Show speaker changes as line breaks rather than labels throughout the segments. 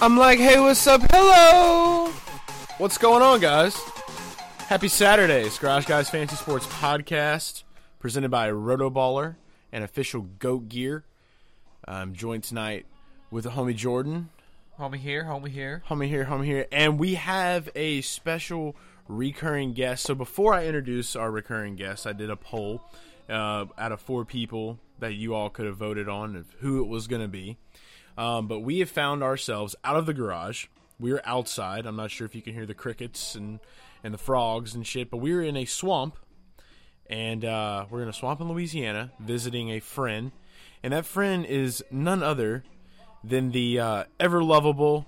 I'm like, hey, what's up? Hello! What's going on, guys? Happy Saturdays, Garage Guys Fantasy Sports Podcast, presented by Rotoballer and official Goat Gear. I'm joined tonight with the homie Jordan.
Homie here, homie here.
Homie here, homie here. And we have a special recurring guest. So before I introduce our recurring guest, I did a poll uh, out of four people that you all could have voted on of who it was going to be. Um, but we have found ourselves out of the garage. We are outside. I'm not sure if you can hear the crickets and, and the frogs and shit, but we are in a swamp. And uh, we're in a swamp in Louisiana visiting a friend. And that friend is none other than the uh, ever lovable,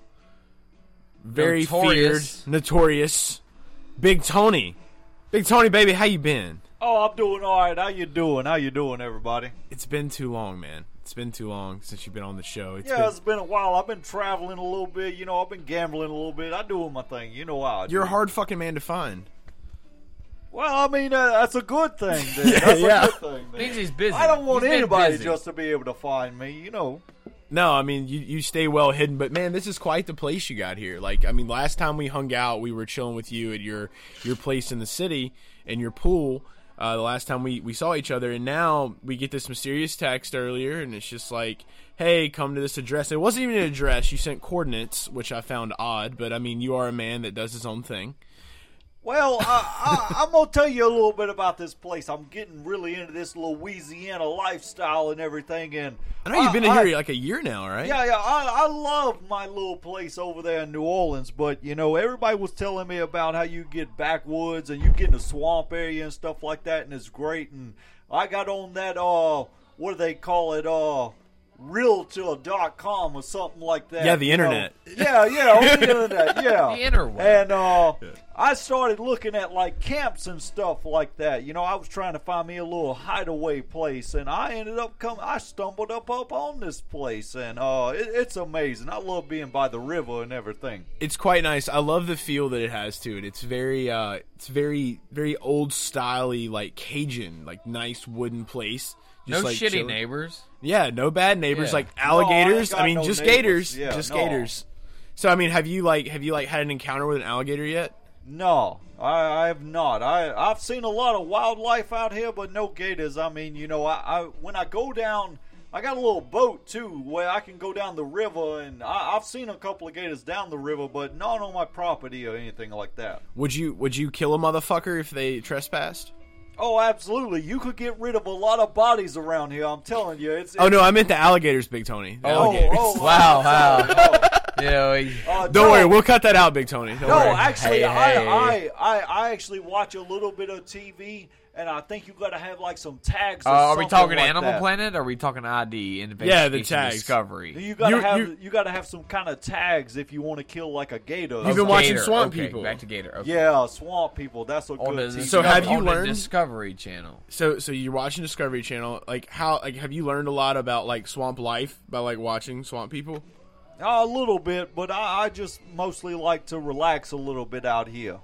very
Notorious.
feared, notorious Big Tony. Big Tony, baby, how you been?
Oh, I'm doing all right. How you doing? How you doing, everybody?
It's been too long, man. It's been too long since you've been on the show. It's
yeah,
been-
it's been a while. I've been traveling a little bit. You know, I've been gambling a little bit. I doing my thing. You know how I do.
you're a hard fucking man to find.
Well, I mean, uh, that's a good thing. Then. that's
yeah.
a good thing. Then.
Means he's busy.
I don't want
He's been
anybody
busy.
just to be able to find me. You know.
No, I mean you, you stay well hidden, but man, this is quite the place you got here. Like, I mean, last time we hung out, we were chilling with you at your your place in the city and your pool. Uh, the last time we, we saw each other, and now we get this mysterious text earlier, and it's just like, "Hey, come to this address." It wasn't even an address; you sent coordinates, which I found odd. But I mean, you are a man that does his own thing.
Well, I, I, I'm gonna tell you a little bit about this place. I'm getting really into this Louisiana lifestyle and everything. And
I know you've been in
I-
here like a year now, right?
Ah, Yeah, yeah. I, I love my little place over there in New Orleans, but you know, everybody was telling me about how you get backwoods and you get in a swamp area and stuff like that, and it's great. And I got on that uh, what do they call it? Uh, realtor.com or something like that.
Yeah, the
you know.
internet.
Yeah, yeah, on the internet. Yeah,
The interweb.
And uh, I started looking at like camps and stuff like that. You know, I was trying to find me a little hideaway place, and I ended up coming. I stumbled up up on this place, and uh, it, it's amazing. I love being by the river and everything.
it's quite nice. I love the feel that it has to it. It's very uh it's very very old styley like Cajun, like nice wooden place.
No
Just, like,
shitty
chilling.
neighbors.
Yeah, no bad neighbors
Yeah.
like alligators.
No,
I,
I ain't got
mean
no
just
neighbors.
gators.
Yeah,
just
no.
gators. So I mean, have you like have you like had an encounter with an alligator yet?
No, I, I have not. I I've seen a lot of wildlife out here, but no gators. I mean, you know, I, I when I go down, I got a little boat too where I can go down the river, and I, I've seen a couple of gators down the river, but not on my property or anything like that.
Would you would you kill a motherfucker if they trespassed?
Oh, absolutely! You could get rid of a lot of bodies around here. I'm telling you, it's,
Oh no, I meant the alligators, Big Tony. The alligators.
oh,
Wow, wow. you know, he-
uh,
Don't
no,
worry, we'll cut that out, Big Tony. Don't
No,
worry.
actually,
Hey, hey.
I, I, I, I actually watch a little bit of TV, and I think you got to have like some tags.
uh,
Or
are we
something
talking
like
Animal
that.
Planet? Or are we talking ID? Innovation,
Yeah, the tags.
Discovery.
You gotta
You-
have
you-
you, gotta have some kind of tags if you want to kill like a gator.
You've been
Oh,
watching
Gator.
Swamp
Okay,
People.
Back to Gator. Okay.
yeah, swamp people. That's what
On
good.
the,
TV
So have
is.
you
on
learned-
the Discovery Channel?
So so you're watching Discovery Channel. Like how like have you learned a lot about like swamp life by like watching swamp people?
Uh, a little bit, but I, I just mostly like to relax a little bit out here.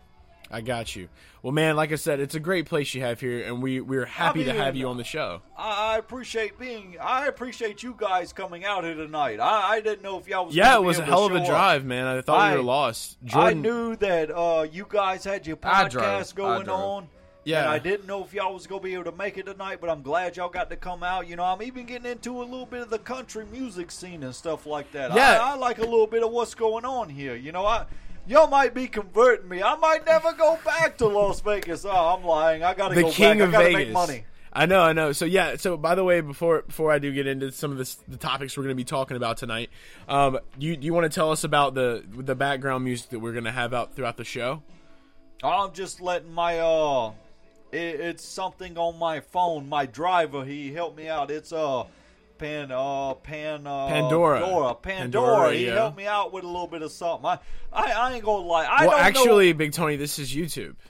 I got you. Well, man, like I said, it's a great place you have here, and we we're happy to
mean,
have you on the show.
I, I appreciate being. I appreciate you guys coming out here tonight. I, I didn't know if y'all was.
Yeah,
gonna
it
be
was a
able
hell of
to
a
show up.
drive, man. I thought we
I-
were lost.
I
Jordan,
knew that uh, you guys had your
I drove. I
podcast going
drove.
on.
Yeah.
And I didn't know if y'all was gonna be able to make it tonight, but I'm glad y'all got to come out. You know, I'm even getting into a little bit of the country music scene and stuff like that.
Yeah.
I, I like a little bit of what's going on here. You know, I y'all might be converting me. I might never go back to Las Vegas. Oh, I'm lying. I gotta
the
go
king
back.
of
I gotta
Vegas.
make money.
I know, I know. So yeah. So by the way, before before I do get into some of this, the topics we're going to be talking about tonight, um, you you want to tell us about the the background music that we're going to have out throughout the show?
I'm just letting my uh, it, it's something on my phone. My driver, he helped me out. It's uh, pan uh, pan uh,
Pandora.
Pandora, Pandora.
Pandora,
He
yeah.
helped me out with a little bit of something. I, I, I ain't gonna lie. I
Well,
don't know-
actually, Big Tony, this is YouTube.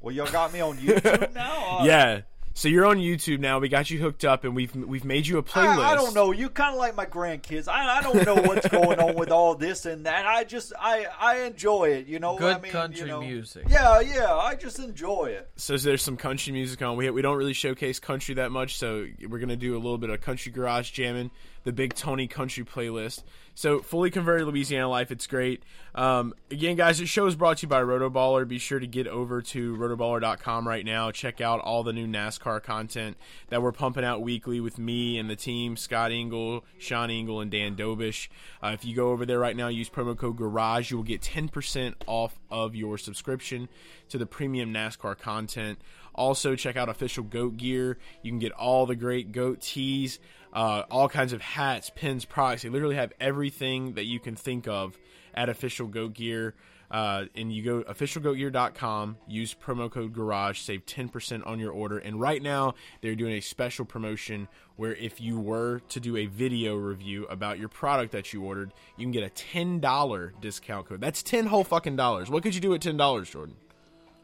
Well, y'all got me on YouTube now. Uh,
yeah. So you're on YouTube now. We got you hooked up, and we've we've made you a playlist.
I, I don't know. You kind of like my grandkids. I, I don't know what's going on with all this and that. I just I I enjoy it. You know,
Good
I mean, you
country
know.
music.
Yeah, yeah. I just enjoy it.
So there's some country music on. We we don't really showcase country that much, so we're gonna do a little bit of country garage jamming, the Big Tony country playlist. So fully converted Louisiana life, it's great. Um, again, guys, this show is brought to you by Rotoballer. Be sure to get over to rotoballer.com right now. Check out all the new NASCAR content that we're pumping out weekly with me and the team, Scott Engel, Sean Engel, and Dan Dobish. Uh, if you go over there right now, use promo code Garage, you will get 10% off of your subscription to the premium NASCAR content. Also, check out official goat gear. You can get all the great goat tees, uh, all kinds of hats, pins, products. They literally have everything that you can think of at official goat gear. Uh, and you go officialgoatgear.com, use promo code garage, save 10% on your order. And right now, they're doing a special promotion where if you were to do a video review about your product that you ordered, you can get a $10 discount code. That's 10 whole fucking dollars. What could you do at $10, Jordan?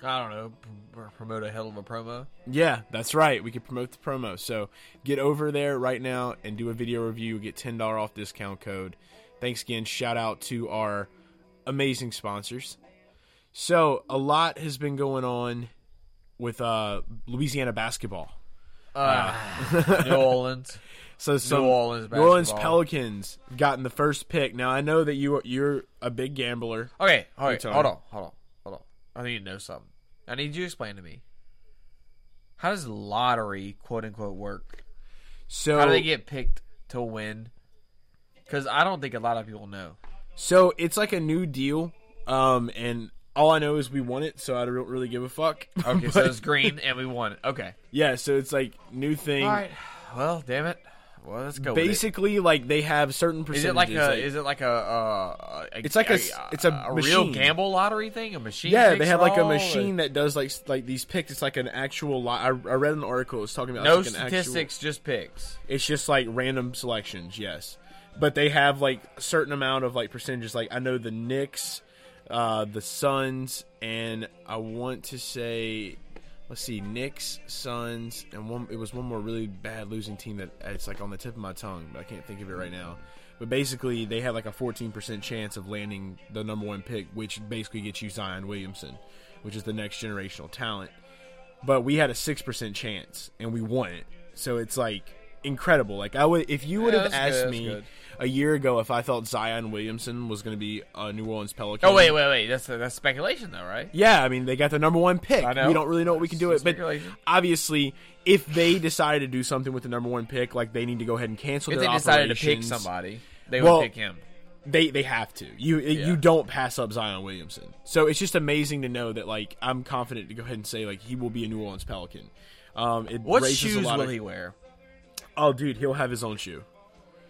I don't know. P- promote a hell of a promo.
Yeah, that's right. We can promote the promo. So get over there right now and do a video review. Get ten dollar off discount code. Thanks again. Shout out to our amazing sponsors. So a lot has been going on with uh, Louisiana basketball. Uh,
Ah. New Orleans.
So some
Orleans
New Orleans
basketball.
Pelicans gotten the first pick. Now I know that you you're a big gambler.
Okay, all right.
Tony.
Hold on, hold on, hold on. I need to know something. I need you to explain to me. How does lottery, quote unquote, work?
So
How do they get picked to win? Because I don't think a lot of people know.
So it's like a new deal, um, and all I know is we won it. So I don't really give a fuck.
Okay, so it's green and we won. it. Okay.
Yeah, so it's like new thing.
All right. Well, damn it. Well, let's go. with it.
Basically, like they have certain
Is
percentages.
it like a? Is it like a? Uh, a
It's like a s- it's a
real
machine.
gamble lottery thing. A machine.
yeah, they have like a
jigsaw?
machine that does like s- like these picks. It's like an actual. Li- I, I read an article. It's talking about
No
it's like an actual-
statistics, just picks.
it's just like random selections. Yes, but they have like a certain amount of like percentages. Like I know the Knicks, uh, the Suns, and I want to say. Let's see, Knicks, Suns, and one. It was one more really bad losing team that uh, it's like on the tip of my tongue, but I can't think of it right now. But basically, they had like a 14% chance of landing the number one pick, which basically gets you Zion Williamson, which is the next generational talent but we had a six percent chance and we won it. So it's like incredible. Like I would, if you would
Yeah,
have
that's good,
asked
that's
me
good.
a year ago if I thought Zion Williamson was going to be a New Orleans Pelican.
Oh wait, wait, wait. That's that's speculation though, right?
Yeah, I mean they got the number one pick.
I know.
We don't really know what we can do it,
It's
but
speculation.
obviously, if they decided to do something with the number one pick, like they need to go ahead and cancel
If
their
they decided to pick
operations.
somebody, they
Well,
would pick him.
they they have to. You you don't pass up Zion Williamson. So it's just amazing to know that like I'm confident to go ahead and say like he will be a New Orleans Pelican. Um, it
What
raises
shoes
a lot
will
of,
he wear?
Oh, dude, he'll have his own shoe.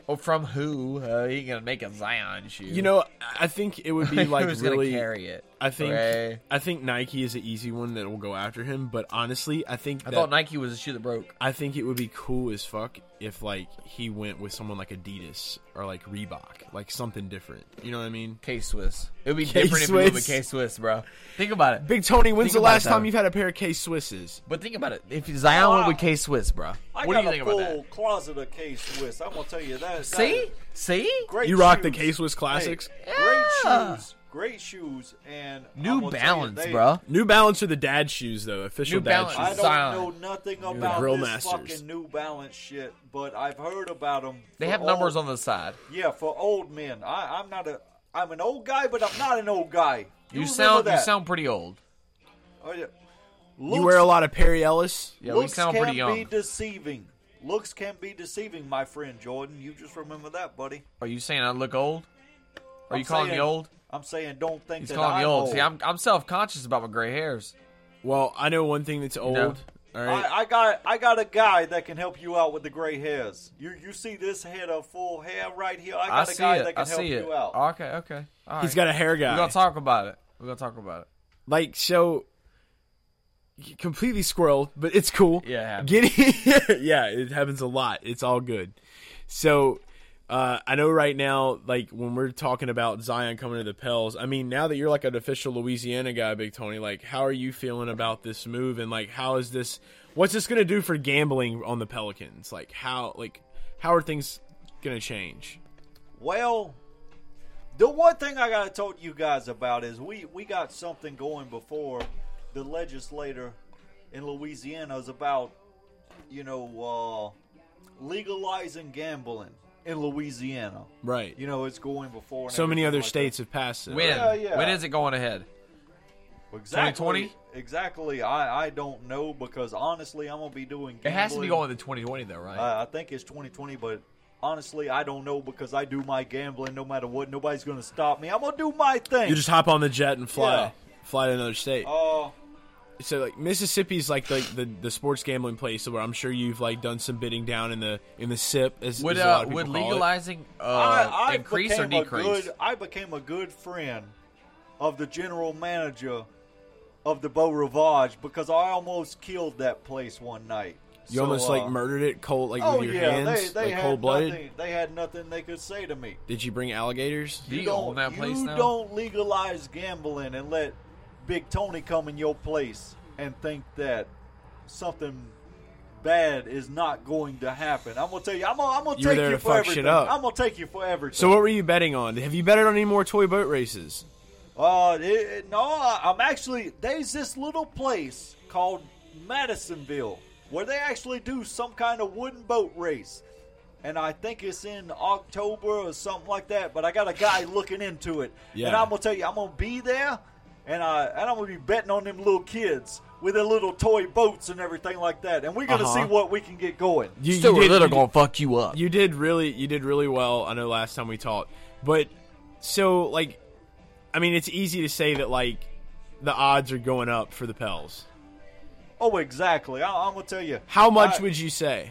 Oh, from who? Uh, he gonna make a Zion shoe?
You know, I think it would be like
who's
really.
gonna carry it?
I think
Ray.
I think Nike is an easy one that will go after him. But honestly, I think
I
that,
thought Nike was a shoe that broke.
I think it would be cool as fuck if like he went with someone like Adidas or like Reebok, like something different. You know what I mean?
K Swiss. It would be different if you went
K-Swiss.
with K Swiss, bro. Think about it.
Big Tony, when's
Think
the
about
last
that.
time you've had a pair of K Swisses?
But think about it. If Zion went
Wow.
with K Swiss, bro,
I
what do
got
you think
a
about
full
that?
closet of K Swiss. I'm gonna tell you that. that
See,
is
see,
great.
You rock the
shoes.
K Swiss classics.
Hey,
Yeah.
Great shoes. Great shoes and I'm
New
gonna tell you,
Balance,
they-
bro.
New Balance are the dad shoes though. Official
New
dad
Balance.
I
shoes.
don't
Silent.
know nothing about
Grill
this
Masters.
fucking New Balance shit, but I've heard about them.
They have numbers on the side.
Yeah, for old men. I, I'm not a. I'm an old guy, but I'm not an old guy.
You,
remember
sound you
that.
sound pretty old.
Oh, yeah.
You
Looks-
wear a lot of Perry Ellis.
Yeah, we
looks
sound
can
pretty young.
be deceiving. Looks can be deceiving, my friend Jordan. You just remember that, buddy.
Are you saying I look old? Are
I'm
you calling
saying-
me old?
I'm saying don't think
He's
that
calling
I'm
me old. See, I'm I'm self conscious about my gray hairs.
Well, I know one thing that's old. All right.
I, I got I got a guy that can help you out with the gray hairs. You you see this head of full hair right here? I
I
got a
see
guy
it.
that
I
can help
see it.
you out.
Okay, okay. All right.
He's got a hair
We're
guy.
gonna talk about it. We're gonna talk about it.
like so completely squirrel but it's cool
Yeah, it happens.
getting yeah it happens a lot it's all good so uh, i know right now like when we're talking about zion coming to the pels i mean now that you're like an official louisiana guy big tony like how are you feeling about this move and like how is this what's this gonna do for gambling on the pelicans like how like how are things gonna change
Well, the one thing I gotta talk to you guys about is we we got something going before the legislator in Louisiana is about you know uh, legalizing gambling in Louisiana.
right
You know it's going before and
so many
everything
other
like that.
states have passed it
When?
right?
Yeah, yeah.
When is it going ahead?
Exactly.
2020?
Exactly. I, I don't know because honestly, I'm gonna be doing.
It
Gambling.
has to be going to 2020 though, right?
Uh, I think it's 2020, but honestly, I don't know because I do my gambling no matter what. Nobody's gonna stop me. I'm gonna do my thing.
you just hop on the jet and fly
Yeah.
fly to another state
Uh,
so like Mississippi's like the, the the sports gambling place where I'm sure you've like done some bidding down in the in the SIP as,
would
as a lot
uh,
of people
would
call it.
legalizing uh,
I, I
increase or
became a
decrease?
good- I became a good friend of the general manager of the Beau Rivage because I almost killed that place one night.
You
So,
almost
uh,
like murdered it cold like
Oh
with your
yeah,
hands
they, they
like
had
cold blooded.
nothing- They had nothing they could say to me.
Did you bring alligators?
Do you,
don't,
own that place
you
now?
don't legalize gambling and let Big Tony come in your place and think that something bad is not going to happen. I'm gonna tell you. I'm gonna, I'm gonna
You were
take
there
you
to
for
fuck shit
everything.
up.
I'm gonna take you for everything.
So what were you betting on? Have you betted on any more toy boat races?
uh, it, it- no, I- I'm actually there's this little place called Madisonville where they actually do some kind of wooden boat race. And I think it's in October or something like that. But I got a guy looking into it,
Yeah.
and I'm gonna tell you, I'm gonna be there, and I and I'm gonna be betting on them little kids with their little toy boats and everything like that. And we're gonna
Uh-huh.
see what we can get going.
You,
Still,
you did,
little
you
gonna fuck you up.
you did really you did really well i know last time we talked but so like i mean it's easy to say that like the odds are going up for the pels
Oh, exactly. I, I'm gonna tell you
how much
I,
would you say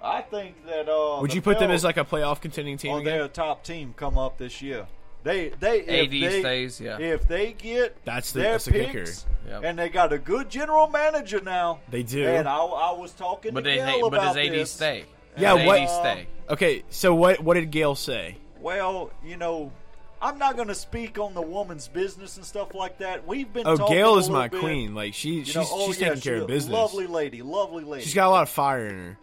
I think that uh,
would
the
you put them
Pels
as like a playoff contending team
on
again
their top team come up this year? They they if
AD
they,
stays, yeah.
If they get
That's the-
their
that's the
picks,
kicker.
Yep.
and they got a good general manager now.
They do.
And I, I was talking
But
to
they,
Gail
hey, but
about
does AD
this.
stay?
Yeah,
Does
what-
AD stay?
Okay, so what what did Gail say?
Well, you know, I'm not going to speak on the woman's business and stuff like that. We've been.
Oh,
talking
Gail
a
is
little
my
bit,
queen. Like she
you
she's
know, oh,
she's
yeah,
taking care
she
of
a
business.
Lovely lady, lovely lady.
She's got a lot of fire in her.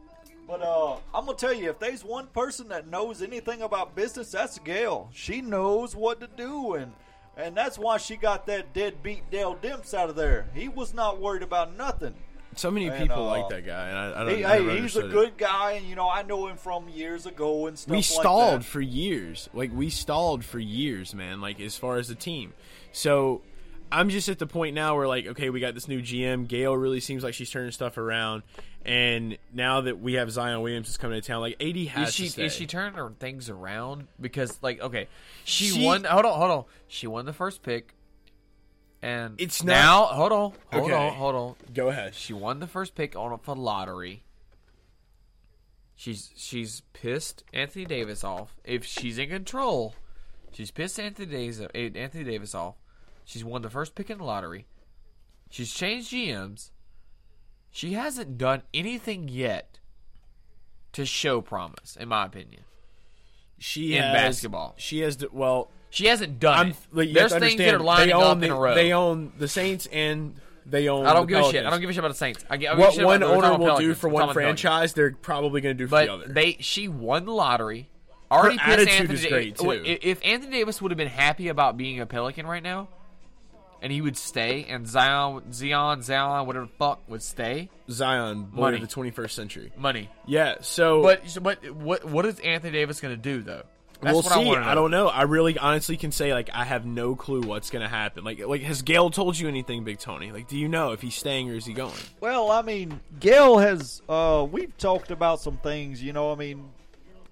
But uh, I'm gonna tell you, if there's one person that knows anything about business, that's Gail. She knows what to do, and and that's why she got that deadbeat Dale Demps out of there. He was not worried about nothing.
So many
And,
people
uh,
like that guy, and I, I don't.
He,
never
hey, he's a
understood it.
good guy, and you know I know him from years ago and stuff.
we
like
stalled
that.
for years. Like we stalled for years, man. Like as far as the team, so I'm just at the point now where like, okay, we got this new GM. Gail really seems like she's turning stuff around, and now that we have Zion Williams is coming to town, like AD has
Is
to
she
stay.
is she turning her things around? Because like, okay, she,
She-
won. Hold on, hold on. She won the first pick, and
It's not-
now. Hold on, hold
Okay.
on, hold on.
Go ahead.
She won the first pick on for lottery. She's she's pissed Anthony Davis off. If she's in control, she's pissed Anthony Davis eh, Anthony Davis off. She's won the first pick in the lottery. She's changed GMs. She hasn't done anything yet to show promise, in my opinion.
She
in
has,
basketball.
She has to, well.
She hasn't done
I'm,
it.
like, you
There's
have to
things that are
understand,
lining
they own
up
the,
in a row.
They own the Saints and they own.
I don't
the
give a shit. I
Pelicans.
don't give a shit about the Saints. I give, I give a
What
shit
one
about the- we're
owner
talking
will do
Pelicans.
for
We're
one
talking Pelicans.
franchise, they're probably going to do for the other.
But they, she won the lottery. Already
Her
pissed
attitude
Anthony
is
Da-
great, too.
i- If Anthony Davis would have been happy about being a Pelican right now, and he would stay, and Zion, Zion, Zion, whatever the fuck would stay,
Zion, boy
Money.
of the 21st century.
money.
Yeah. So
But so- but what what is Anthony Davis going to do though? That's
we'll
what I
see.
want to know.
I, don't know. I really, honestly, can say like I have no clue what's going to happen. Like, like has Gail told you anything, Big Tony? Like, do you know if he's staying or is he going?
Well, I mean, Gail has. Uh, we've talked about some things, you know. I mean,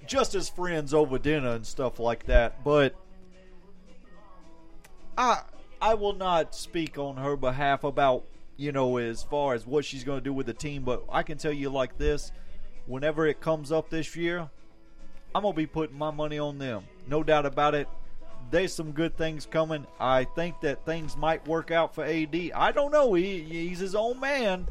just as friends over dinner and stuff like that. But I, I will not speak on her behalf about you know, as far as what she's going to do with the team. But I can tell you like this whenever it comes up this year, I'm going to be putting my money on them. No doubt about it. There's some good things coming. I think that things might work out for AD. I don't know. He, he's his own man.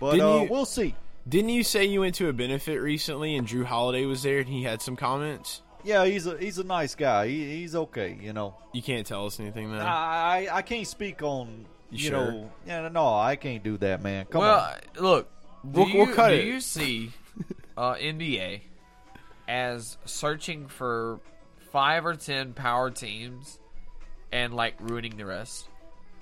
But
Didn't
uh,
you-
we'll see.
Didn't you say you went to a benefit recently and Drew Holiday was there and he had some comments?
Yeah, he's a he's a nice guy. He, he's okay, you know.
You can't tell us anything though.
I I can't speak on you,
You
know.
sure?
Yeah, no, I can't do that, man. Come
well,
on.
look, do
We'll-
you,
we'll cut
do
it.
you see uh, NBA as searching for five or ten power teams and like ruining the rest?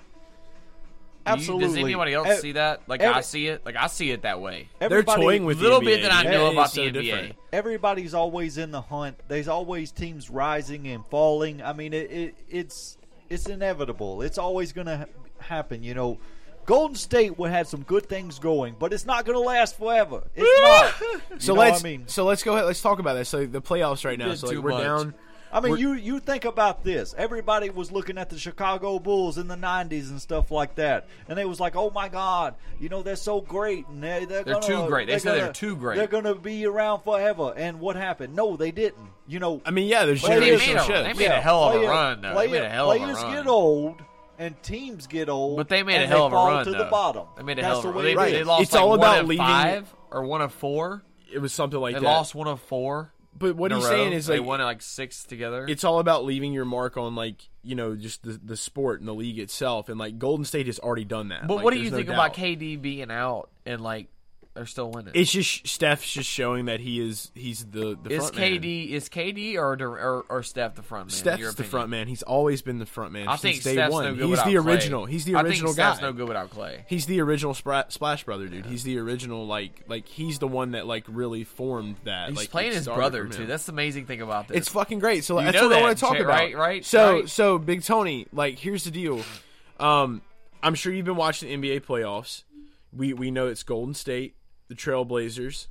Do you-
Absolutely.
does anybody else
Ev-
see that? Like I
every-
see it. Like I see it that way.
They're
Everybody,
toying with
Little
the
bit
NBA.
that I
The
know
NBA is
about
so
the NBA.
different.
everybody's always in the hunt. There's always teams rising and falling. I mean, it, it it's it's inevitable. It's always going to ha- happen. You know, Golden State would had some good things going, but it's not going to last forever. It's not. You
So
know what
let's
I mean,
so let's go ahead. Let's talk about this. So the playoffs right now.
did
So like
too
we're
much.
down.
I mean,
we're-
you you think about this. Everybody was looking at the Chicago Bulls in the '90s and stuff like that, and they was like, "Oh my God, you know they're so great, and they, they're
They're
gonna-
too great. They
they're
said they're
gonna-
too great."
They're gonna be around forever." And what happened? No, they didn't. You know,
I mean, yeah, there's
Well, they
generational
made a- they
shifts.
made a hell of a run, though. They
player-
made a hell of a
players
run.
get old, and teams get old,
But they made
and
a hell of a
fall
run
to the
though.
bottom.
They made a
That's
hell of a
the
run.
way
They,
it
Right.
they
is.
lost
It's
like
all
one
about
of
leaving-
five or one of four.
It was something like
They
that.
lost one of four.
But what
in a
he's
row.
saying is
they
like
won like six together.
it's all about leaving your mark on like you know just the, the sport and the league itself and like golden state has already done that
but
Like,
what do you
there's no
think about
doubt.
KD being out and like they're still winning?
it's just steph's just showing that he is he's the the
Is
front man.
KD is KD or, Dur- or or Steph the front man? in your
steph's the
opinion?
front man he's always been the front man
I
since
think
day
Steph's
one
no good
he's
without
the
Clay.
original he's the
I
original
think Steph's
guy
no good without Clay.
he's the original Spra- splash brother dude he's the original like like he's the one that like really formed that
He's
like
playing
it
his
started
brother
from him.
too. That's the amazing thing about this.
It's fucking great. So
You
that's
know
what I
that,
want to talk
Jay,
about.
right, right,
So
right.
so Big Tony, like here's the deal. Um, I'm sure you've been watching the NBA playoffs. We we know it's Golden State, the Trailblazers,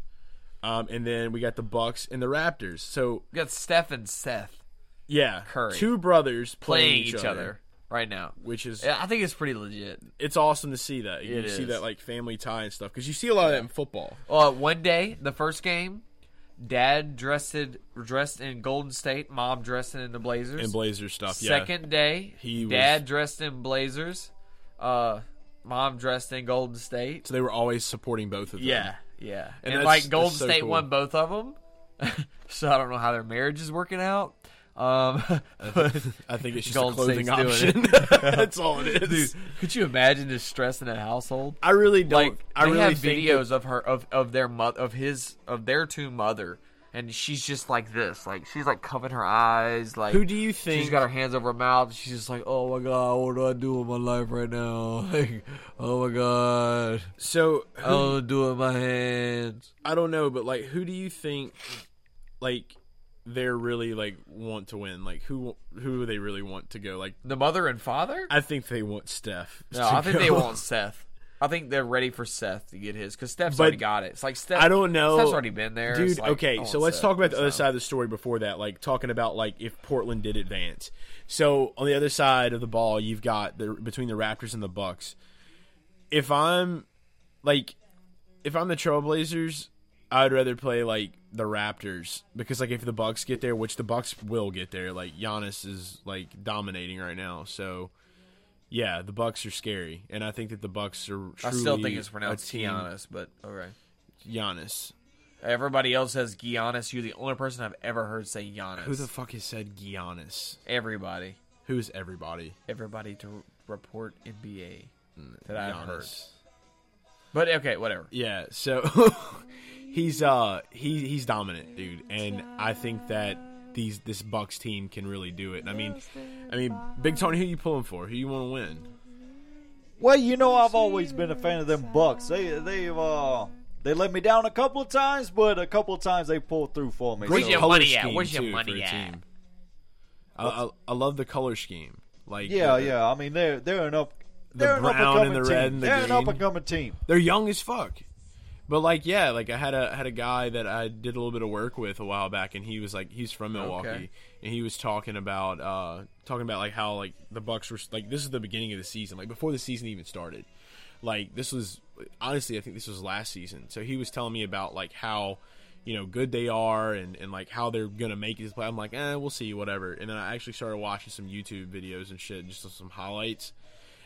um, and then we got the Bucks and the Raptors. So
you got Steph and Seth
yeah,
Curry.
two brothers
playing each, other. right now.
which is
Yeah, I think it's pretty legit.
it's awesome to see that. You
It
see
is.
that like family tie and stuff because you see a lot of that in football.
Well, one day, the first game, Dad dressed dressed in Golden State, Mom dressed in the Blazers.
And Blazer stuff, yeah.
Second day,
He was-
Dad dressed in Blazers, uh, Mom dressed in Golden State.
So they were always supporting both of them.
Yeah, yeah. And,
that's-
like
that's
Golden
so
State
cool.
won both of them, so I don't know how their marriage is working out. Um,
I think it's just
Golden
a clothing
State's doing
option. that's all it is.
dude, could you imagine the stress in that household?
I really don't.
like
I
they
really
have
think that-
videos of her of of their mother of his of their two mother and she's just like this like she's like covering her eyes like
Who do you
she's
think-
got her hands over her mouth she's just like oh my god what do i do with my life right now like oh my god
So
i don't do it with my hands
I don't know, but like, who do you think, like, they're really like want to win? Like, who who they really want to go? Like,
the mother and father
I think they want Steph.
no
to
i think
go.
they want seth I think they're ready for Seth to get his because Steph's
But
already got it. It's like Steph.
I don't know.
Steph's already been there. It's
Dude,
like, I
okay,
want
so let's
Seth.
talk about the other
So-
side of the story before that, like talking about like if Portland did advance. So on the other side of the ball, you've got the between the Raptors and the Bucks. If I'm like if I'm the Trailblazers, I'd rather play like the Raptors because like if the Bucks get there, which the Bucks will get there, like Giannis is like dominating right now. So yeah, the Bucks are scary, and I think that the Bucks are. Truly
I still think it's
a
pronounced
team-
Giannis, but okay.
Giannis.
Everybody else says Giannis. You're the only person I've ever heard say Giannis.
Who the fuck has said Giannis?
everybody?
Who is everybody?
Everybody to report NBA that
Giannis.
I've heard. But okay, whatever.
Yeah, so he's uh he he's dominant, dude, and I think that these this Bucks team can really do it. I mean, I mean, Big Tony, who you pulling for? Who you want to win?
Well, you know, I've always been a fan of them Bucks. They they've uh, they let me down a couple of times, but a couple of times they pulled through for me.
Great
so-
your
color
money at?
scheme,
Where's your
too,
money
for a
at?
team. I, I I love the color scheme. Like
yeah,
uh,
yeah. I mean, they're they're an up. They're an
brown and
up-and-coming
the
team.
red and the
They're
green.
an up and coming team.
they're young as fuck. But like yeah, like I had a had a guy that I did a little bit of work with a while back, and he was like he's from Milwaukee,
Okay.
and he was talking about uh, talking about like how like the Bucks were like this is the beginning of the season, like before the season even started. Like this was honestly, I think this was last season. So he was telling me about like how you know good they are and and like how they're gonna make this play. I'm like, eh, we'll see, whatever. And then I actually started watching some YouTube videos and shit, just some highlights,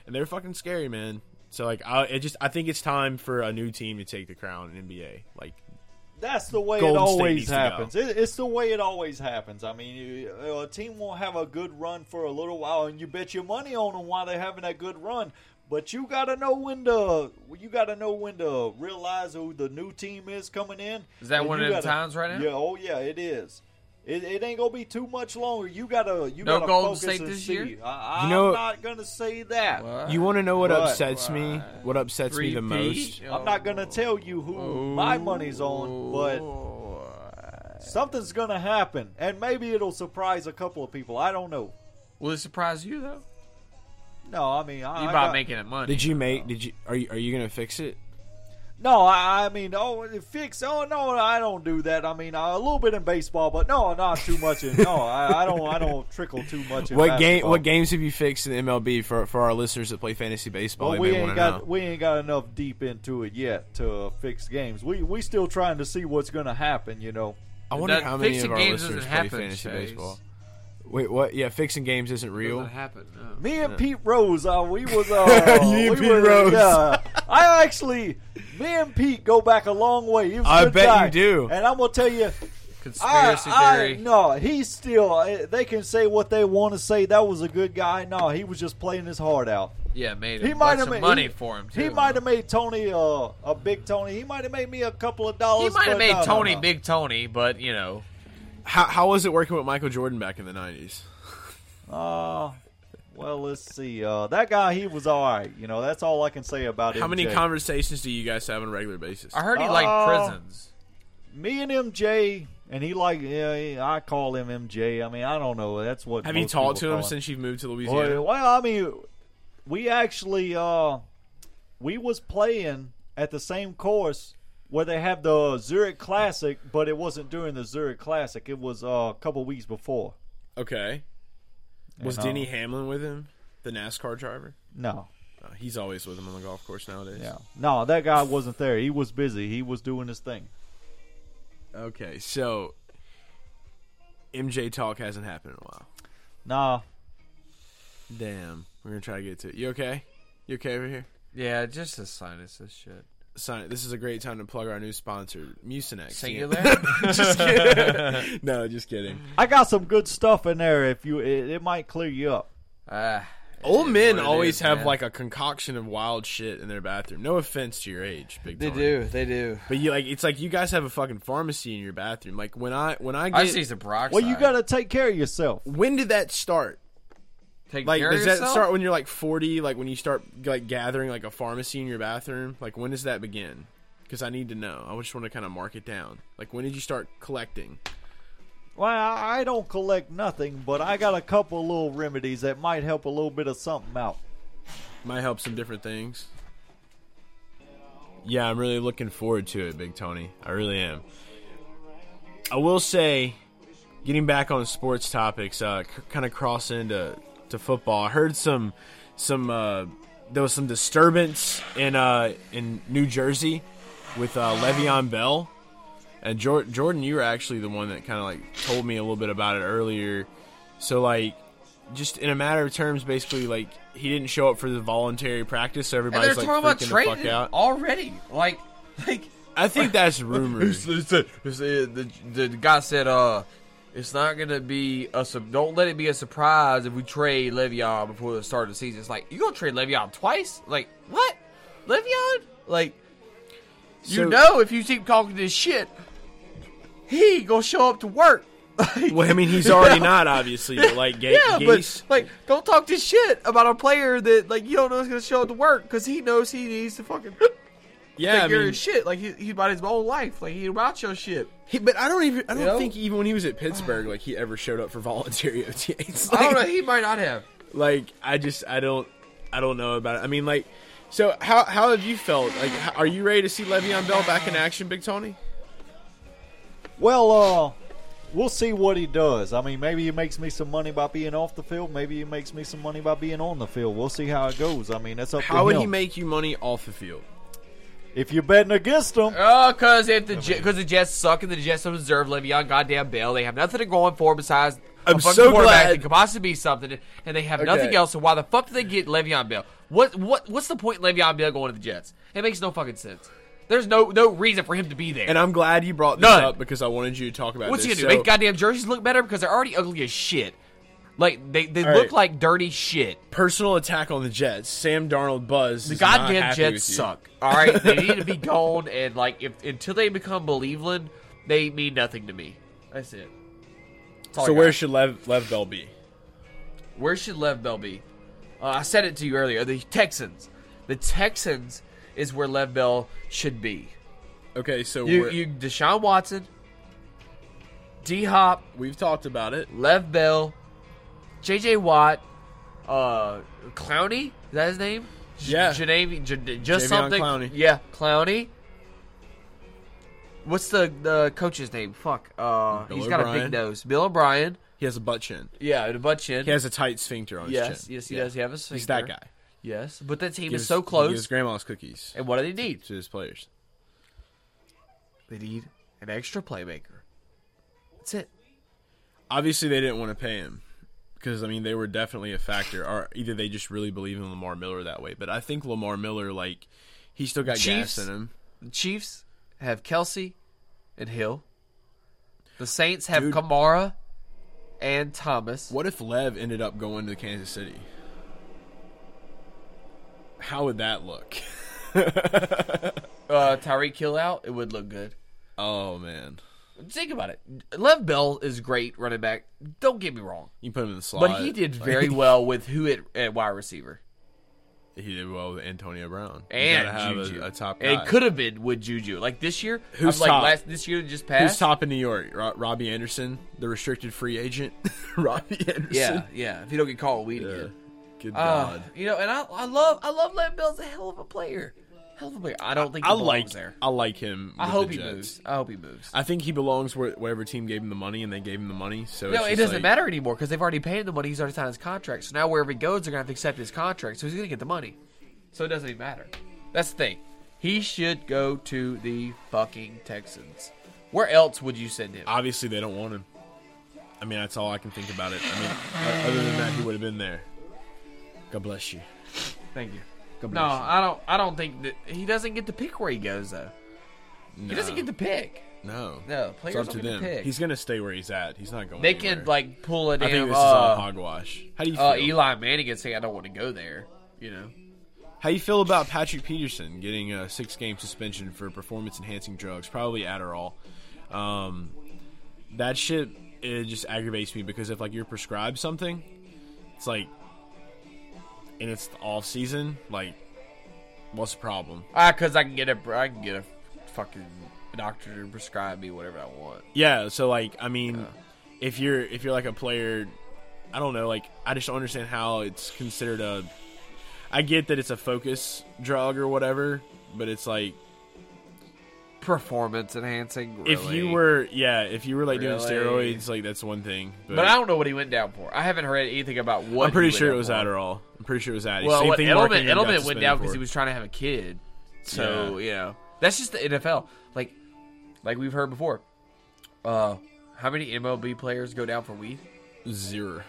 and they're fucking scary, man. So like I it just I think it's time for a new team to take the crown in NBA. Like
That's the way
Golden
it
State
always
needs to go.
happens. It, it's the way it always happens. I mean, you, a team will have a good run for a little while, and you bet your money on them while they're having that good run. But you gotta know when to you gotta know when to realize who the new team is coming in.
Is that
and
one
you
of the
gotta-
times right now?
Yeah. Oh yeah, it is. It, it ain't gonna be too much longer. You gotta you
No
gotta
Golden
focus
State
and
this
see.
year?
I,
You
I'm
know-
not gonna say that.
you want to know what
But-
upsets me? What upsets me the most?
I'm not gonna tell you who my money's on, but something's gonna happen, and maybe it'll surprise a couple of people. I don't know.
Will it surprise you though?
No, I mean, Uh, I,
You
I
about
got-
making it money?
Did you make? Did you? Are you? Are you gonna fix it?
No, I, I mean, oh, fix. Oh no, I don't do that. I mean, a little bit in baseball, but no, not too much. In, no, I, I don't. I don't trickle too much. In
What game?
basketball.
What games have you fixed in MLB for for our listeners that play fantasy baseball?
Well,
they
we
may
ain't
wanna
got
know.
we ain't got enough deep into it yet to uh, fix games. We we still trying to see what's gonna happen. You know.
I wonder
That
how many of
fixing
our
games
listeners
doesn't
play
happen,
fantasy
Chase.
baseball. Wait, what? Yeah, fixing games isn't
Doesn't
real.
happen. Oh, No.
Me and Pete Rose, uh, we was uh,
You and
we
Pete
were-
Rose.
Yeah, I actually, me and Pete go back a long way. He was a
I
good
bet
guy.
you do.
and I'm gonna tell you, I,
Conspiracy
I
theory.
Ah, no, he's still. uh, They can say what they want to say. That was a good guy. No, he was just playing his heart out.
Yeah, made
He
him
might
bunch
have
of
made
money
he,
for him too.
He might have made Tony uh, a big Tony. He might have made me a couple of dollars.
He might have
but
made
no, no,
Tony
no.
Big Tony, but you know,
How, how was it working with Michael Jordan back in the nineties?
Uh, well, let's see. Uh, that guy, he was all right. You know, that's all I can say about him.
How many conversations do you guys have on a regular basis?
I heard he
Oh.
liked prisons.
me and MJ, and he like yeah, he- I call him MJ. I mean, I don't know. That's what.
Have you
most
talked
people
to him
call
since you've moved to Louisiana?
Well, well, I mean, we actually uh, we was playing at the same course where they have the Zurich Classic, but it wasn't during the Zurich Classic. It was uh, a couple weeks before.
Okay. Was
And, uh,
Denny Hamlin with him, the NASCAR driver?
No,
Uh, he's always with him on the golf course nowadays.
yeah, no, that guy wasn't there. He was busy. He was doing his thing.
Okay, so MJ talk hasn't happened in a while.
Nah,
Damn, we're gonna try to get to it. You okay? You okay over here?
Yeah, just the sinuses shit.
Sign. This is a great time to plug our new sponsor, Mucinex.
Singular.
Yeah. No, just kidding.
I got some good stuff in there. If you, it, it might clear you up.
Ah,
Old
is
men
what it
always
is,
have
man.
like a concoction of wild shit in their bathroom. No offense to your age, big.
they
Tony.
do. They do.
But you like, it's like you guys have a fucking pharmacy in your bathroom. Like when I when I get,
I see some peroxide.
Well, you got to take care of yourself.
when did that start?
take
Like,
care
does
of
that
yourself?
start when you're like 40? Like when you start like gathering like a pharmacy in your bathroom? Like when does that begin? Because I need to know. I just want to kind of mark it down. Like when did you start collecting?
Well, I I don't collect nothing, but I got a couple little remedies that might help a little bit of something out.
Might help some different things. Yeah, I'm really looking forward to it, Big Tony. I really am. I will say, getting back on sports topics, uh, c- kind of cross into to football. I heard some some uh, there was some disturbance in uh, in New Jersey with uh, Le'Veon Bell and Jor- Jordan. You were actually the one that kind of like told me a little bit about it earlier. So like, just in a matter of terms, basically like he didn't show up for the voluntary practice, so
And they're
everybody's like
talking about
freaking the fuck
trading
out.
already. Like, like
I think that's rumors.
the, the guy said, uh, it's not gonna be a sub- don't let it be a surprise if we trade Le'Veon before the start of the season. It's like you gonna trade Le'Veon twice? Like what? Le'Veon? Like you
So-
know if you keep talking this shit, he gonna show up to work. Like,
Well, I mean, he's already not obviously, but like Ga-
yeah,
Gase,
but like, don't talk this shit about a player that like you don't know is gonna show up to work because he knows he needs to fucking
yeah, I
figure
mean,
his shit. Like he, he about his own life. Like he about your shit.
he- but I don't even, I don't
You know?
think even when he was at Pittsburgh, like he ever showed up for voluntary OTAs.
I don't know.
Like-
He might not have.
like I just, I don't, I don't know about it. I mean, like, so how how have you felt? Like, h- are you ready to see Le'Veon Bell back in action, Big Tony?
Well, uh, we'll see what he does. I mean, maybe he makes me some money by being off the field. Maybe he makes me some money by being on the field. We'll see how it goes. I mean, that's up to
How would
him.
he make you money off the field?
if you're betting against him,
Uh.
Oh, cause if the because the Jets suck and the Jets don't deserve Le'Veon goddamn Bell, they have nothing to go on for besides a
I'm
fucking
so
quarterback
glad-
that could possibly be something, and they have nothing
Okay.
else. So why the fuck do they get Le'Veon Bell? What what what's the point in Le'Veon Bell going to the Jets? It makes no fucking sense. There's no no reason for him to be there.
And I'm glad you brought this
None.
up because I wanted you to talk about
What's he
this.
gonna do?
So-
Make goddamn jerseys look better because they're already ugly as shit. Like they they
All
look
right.
like dirty shit.
personal attack on the Jets. Sam Darnold buzz.
The goddamn Jets suck. All right, they need to be gone, and like if until they become Believeland, they mean nothing to me. That's it. That's all I
So
got.
where should Lev, Lev Bell be?
where should Lev Bell be? Uh, I said it to you earlier. The Texans. The Texans is where Lev Bell should be.
Okay, so
You,
we're-
you Deshaun Watson, D Hop,
we've talked about it.
Lev Bell, J.J. Watt, uh, Clowney. Is that his name? J-
Yeah.
Janavi, J- J- just
Javion
something.
Clowney.
Yeah, Clowney. What's the the coach's name? Fuck. Uh,
Bill
he's got a
O'Brien.
big nose. Bill O'Brien.
He has a butt chin.
Yeah, and a butt chin.
He has a tight sphincter on his
yes,
chin.
yes, he
Yeah.
does. He has a
He's
sphincter.
that guy.
Yes, but that team
Gives-
is so
He gives
close.
grandma's cookies
And what do they need?
to his players.
They need an extra playmaker. That's it.
Obviously, they didn't want to pay him because I mean they were definitely a factor, or either they just really believe in Lamar Miller that way. But I think Lamar Miller, like, he still got
Chiefs?
gas in him.
The Chiefs have Kelsey and Hill. The Saints have
Dude.
Kamara and Thomas.
What if Lev ended up going to Kansas City? How would that look?
Uh, Tyreek Hill out, it would look good.
Oh man,
Think about it. Lev Bell is great running back. Don't get me wrong,
you put him in the slot,
but he did very well with who at, at wide receiver
He did well with Antonio Brown. You
and
gotta have a-
Juju.
A, top guy.
And it could have been with Juju. Like this year,
Who's
I'm like
top?
last this year that just
Who's
passed.
top in New York? Ro- Robbie Anderson, the restricted free agent. Robbie Anderson.
Yeah, yeah. If you don't get caught weed
Yeah.
again.
Good
Uh,
God.
you know, and I, I love I love Lev Bell's a hell of a player. Hell of a player. I don't think he
I
belongs
like
there.
I like him.
I
with
hope
the
he
Jets.
moves. I hope he moves.
I think he belongs where whatever team gave him the money, and they gave him the money. So it's
no, it
just
doesn't
like-
matter anymore because they've already paid him the money. He's already signed his contract. So now wherever he goes, they're gonna have to accept his contract. So he's gonna get the money. So it doesn't even matter. That's the thing. He should go to the fucking Texans. Where else would you send him?
Obviously, they don't want him. I mean, that's all I can think about it. I mean, o- other than that, he would have been there. God bless you.
Thank you. No, I don't. I don't think that he doesn't get to pick where he goes though. He doesn't get to pick.
No,
No,
It's
players
up
don't
to
get to
them.
pick.
He's gonna stay where he's at. He's not going.
They can
anywhere.
like pull a
I think
damn
this is all
uh,
hogwash. How do you feel?
uh, Eli Manning and say I don't want to go there. You know.
How you feel about Patrick Peterson getting a six-game suspension for performance-enhancing drugs, probably Adderall? Um, that shit it just aggravates me because if like you're prescribed something, it's like, and it's the off season, like, what's the problem?
Ah, cause I can get a I can get a fucking doctor to prescribe me whatever I want.
Yeah, so like I mean, if you're if you're like a player, I don't know, like I just don't understand how it's considered a. I get that it's a focus drug or whatever, but it's like
Performance enhancing.
if you
really.
were yeah if you were like doing
Really?
steroids like that's one thing but,
but I don't know what he went down for. I haven't heard anything about what.
i'm pretty
he went
sure it
down
was
for.
adderall i'm pretty sure it was addy
Well,
Same
what,
thing Mark
Edelman,
Ingram got
Edelman went
suspended
down because
for.
he was trying to have a kid. So you know, that's just the NFL. Like, like we've heard before. Uh, how many MLB players go down for weed?
zero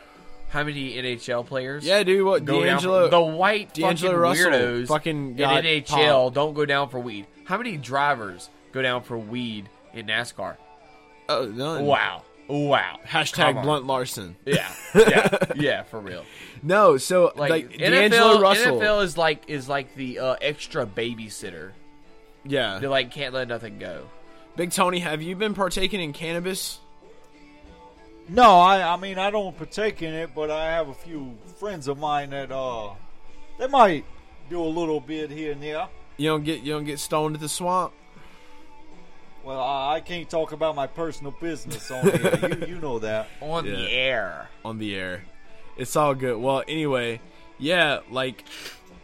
How many NHL players?
yeah dude what
go down
d'angelo
for- the white
D'Angelo
fucking
Russell
weirdos
fucking
in
got
NHL don't go down for weed. How many drivers go down for weed in NASCAR?
oh none.
Wow, wow. Come
hashtag
on.
blunt larson
Yeah, yeah, yeah, for real.
no so like,
Like,
d'angelo
NFL,
russell
NFL is like is like the uh, extra babysitter.
yeah
They like can't let nothing go.
big tony have you been partaking in cannabis
No, I, I mean I don't partake in it, but I have a few friends of mine that uh they might do a little bit here and there.
you don't get you don't get stoned at the swamp
Well, I, I can't talk about my personal business on here. you, you know that.
on
Yeah.
the air.
on the air. It's all good. Well, anyway, yeah, like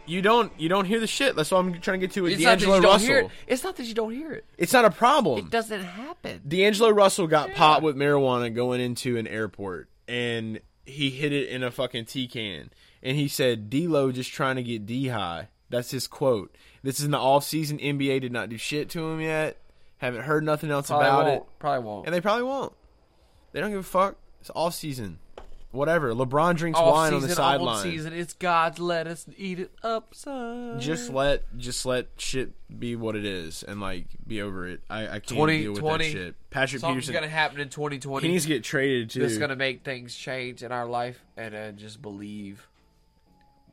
you don't you don't hear the shit. That's what I'm trying to get to with
It's not, that
D'Angelo
you don't
Russell.
hear it. it's not that you don't hear it.
It's not a problem.
It doesn't happen.
D'Angelo Russell got popped with marijuana going into an airport, and he hid it in a fucking tea can. And he said, "D'Lo just trying to get D high." That's his quote. This is in the off season. NBA did not do shit to him yet. Haven't heard nothing else
Probably
about
won't.
it,
Probably won't.
and they probably won't. They don't give a fuck. It's off season. Whatever. LeBron drinks
Off
wine on the
season, old
sideline.
season, it's God's let us eat it up, son.
Just let just let shit be what it is, and like be over it. I, I can't
20
deal with
20.
that shit. Patrick
something's
Peterson.
gonna happen in
he
2020
needs to get traded too.
that's gonna make things change in our life, and uh, just believe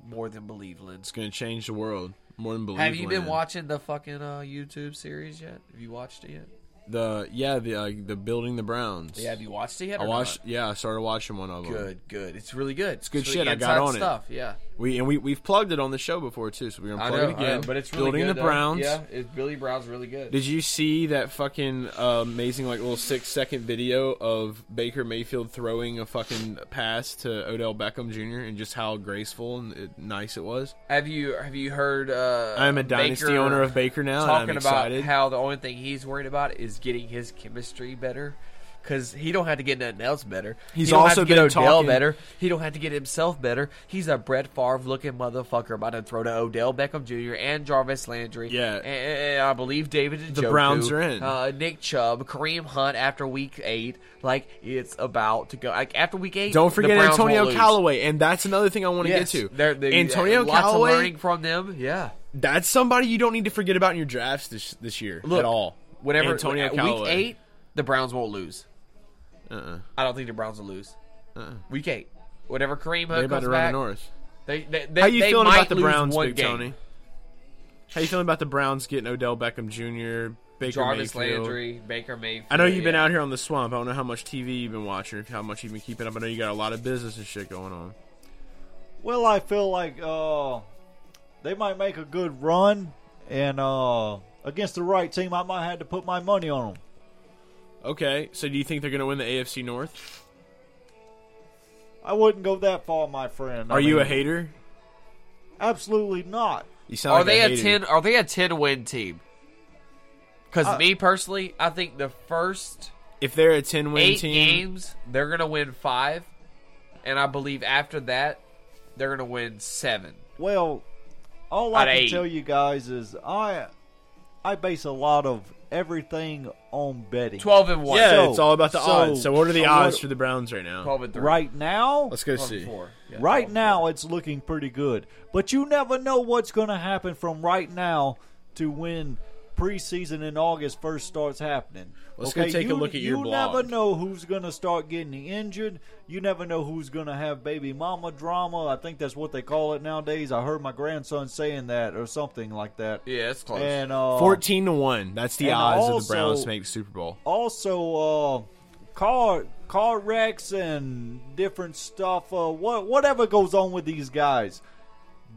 more than believe, Lynn.
It's going to change the world more than believe.
Have you been
Lynn.
watching the fucking uh, YouTube series yet? Have you watched it yet?
the yeah the uh, the building the Browns?
Yeah, have you watched it yet?
I
or
watched.
not?
Yeah, I started watching one of them.
Good, good. It's really good. It's
good
really
shit. I got
inside
on it.
stuff. Yeah,
We and we we've plugged it on the show before too, so we're gonna
I
plug
know,
it
I know,
again.
but it's really
building
good,
the
though.
Browns.
Yeah, it, Billy Brown's really good.
Did you see that fucking uh, amazing like little six second video of Baker Mayfield throwing a fucking pass to Odell Beckham Jr. and just how graceful and it, nice it was?
Have you have you heard? Uh,
I'm a dynasty
Baker
owner of Baker now, and I'm
Talking about
excited.
how the only thing he's worried about is getting his chemistry better, because he don't have to get nothing else better.
He's
he don't
also
have to get
been
Odell
talking-
better. He don't have to get himself better. He's a Brett Favre looking motherfucker about to throw to Odell Beckham Jr. and Jarvis Landry.
Yeah.
and, and I believe David. Njoku,
The Browns are in.
Uh, Nick Chubb, Kareem Hunt after Week Eight. Like it's about to go. Like after Week Eight,
Don't
the
forget
Browns won't
Antonio
lose.
Callaway, and that's another thing I want to
Yes,
get to.
they're- they-
Antonio
lots
Callaway,
of learning from them. Yeah,
that's somebody you don't need to forget about in your drafts this this year
Look,
at all.
Whenever
Antonio
at week
Callaway.
eight, the Browns won't lose.
Uh-uh.
I don't think the Browns will lose. Week eight, whenever Kareem Hunt
They about
comes
to run
back,
the North.
they they, they
How you
they
feeling
might
about the
lose
Browns,
one
Big
game.
Tony? How you feeling about the Browns getting Odell Beckham Jr., Baker
Jarvis
Mayfield?
Landry, Baker Mayfield.
I know you've been
yeah.
out here on the swamp. I don't know how much TV you've been watching, or how much you've been keeping up. I know you got a lot of business and shit going on.
Well, I feel like uh, they might make a good run, and uh, against the right team, I might have to put my money on them.
Okay, so do you think they're going to win the AFC North?
I wouldn't go that far, my friend. I
Are you a
mean,
hater?
Absolutely not.
You sound
Are
like
they a
hater.
ten? Are they a ten win team? Because
Uh,
me personally, I think the first
If they're a ten win
eight
team,
games they're gonna win five, and I believe after that they're gonna win seven.
Well, all
At
I can
eight.
tell you guys is I I base a lot of everything on betting.
Twelve and one.
yeah,
So-
it's all about the
so-
odds. So what are the
so
odds
what-
for the Browns right now?
Twelve and three.
Right now,
Let's go
12 and
see.
four. Yeah, 12
right
and
now it's looking pretty good, but you never know what's going to happen from right now to when preseason in August first starts happening.
Let's go take a
you-
look at your
You
blog.
never know who's going to start getting injured. You never know who's going to have baby mama drama. I think that's what they call it nowadays. I heard my grandson saying that or something like that.
Yeah, it's close.
And uh,
Fourteen to one. That's the
And
odds of
also-
the Browns to make the Super Bowl.
also uh, car car wrecks and different stuff. Uh, what whatever goes on with these guys,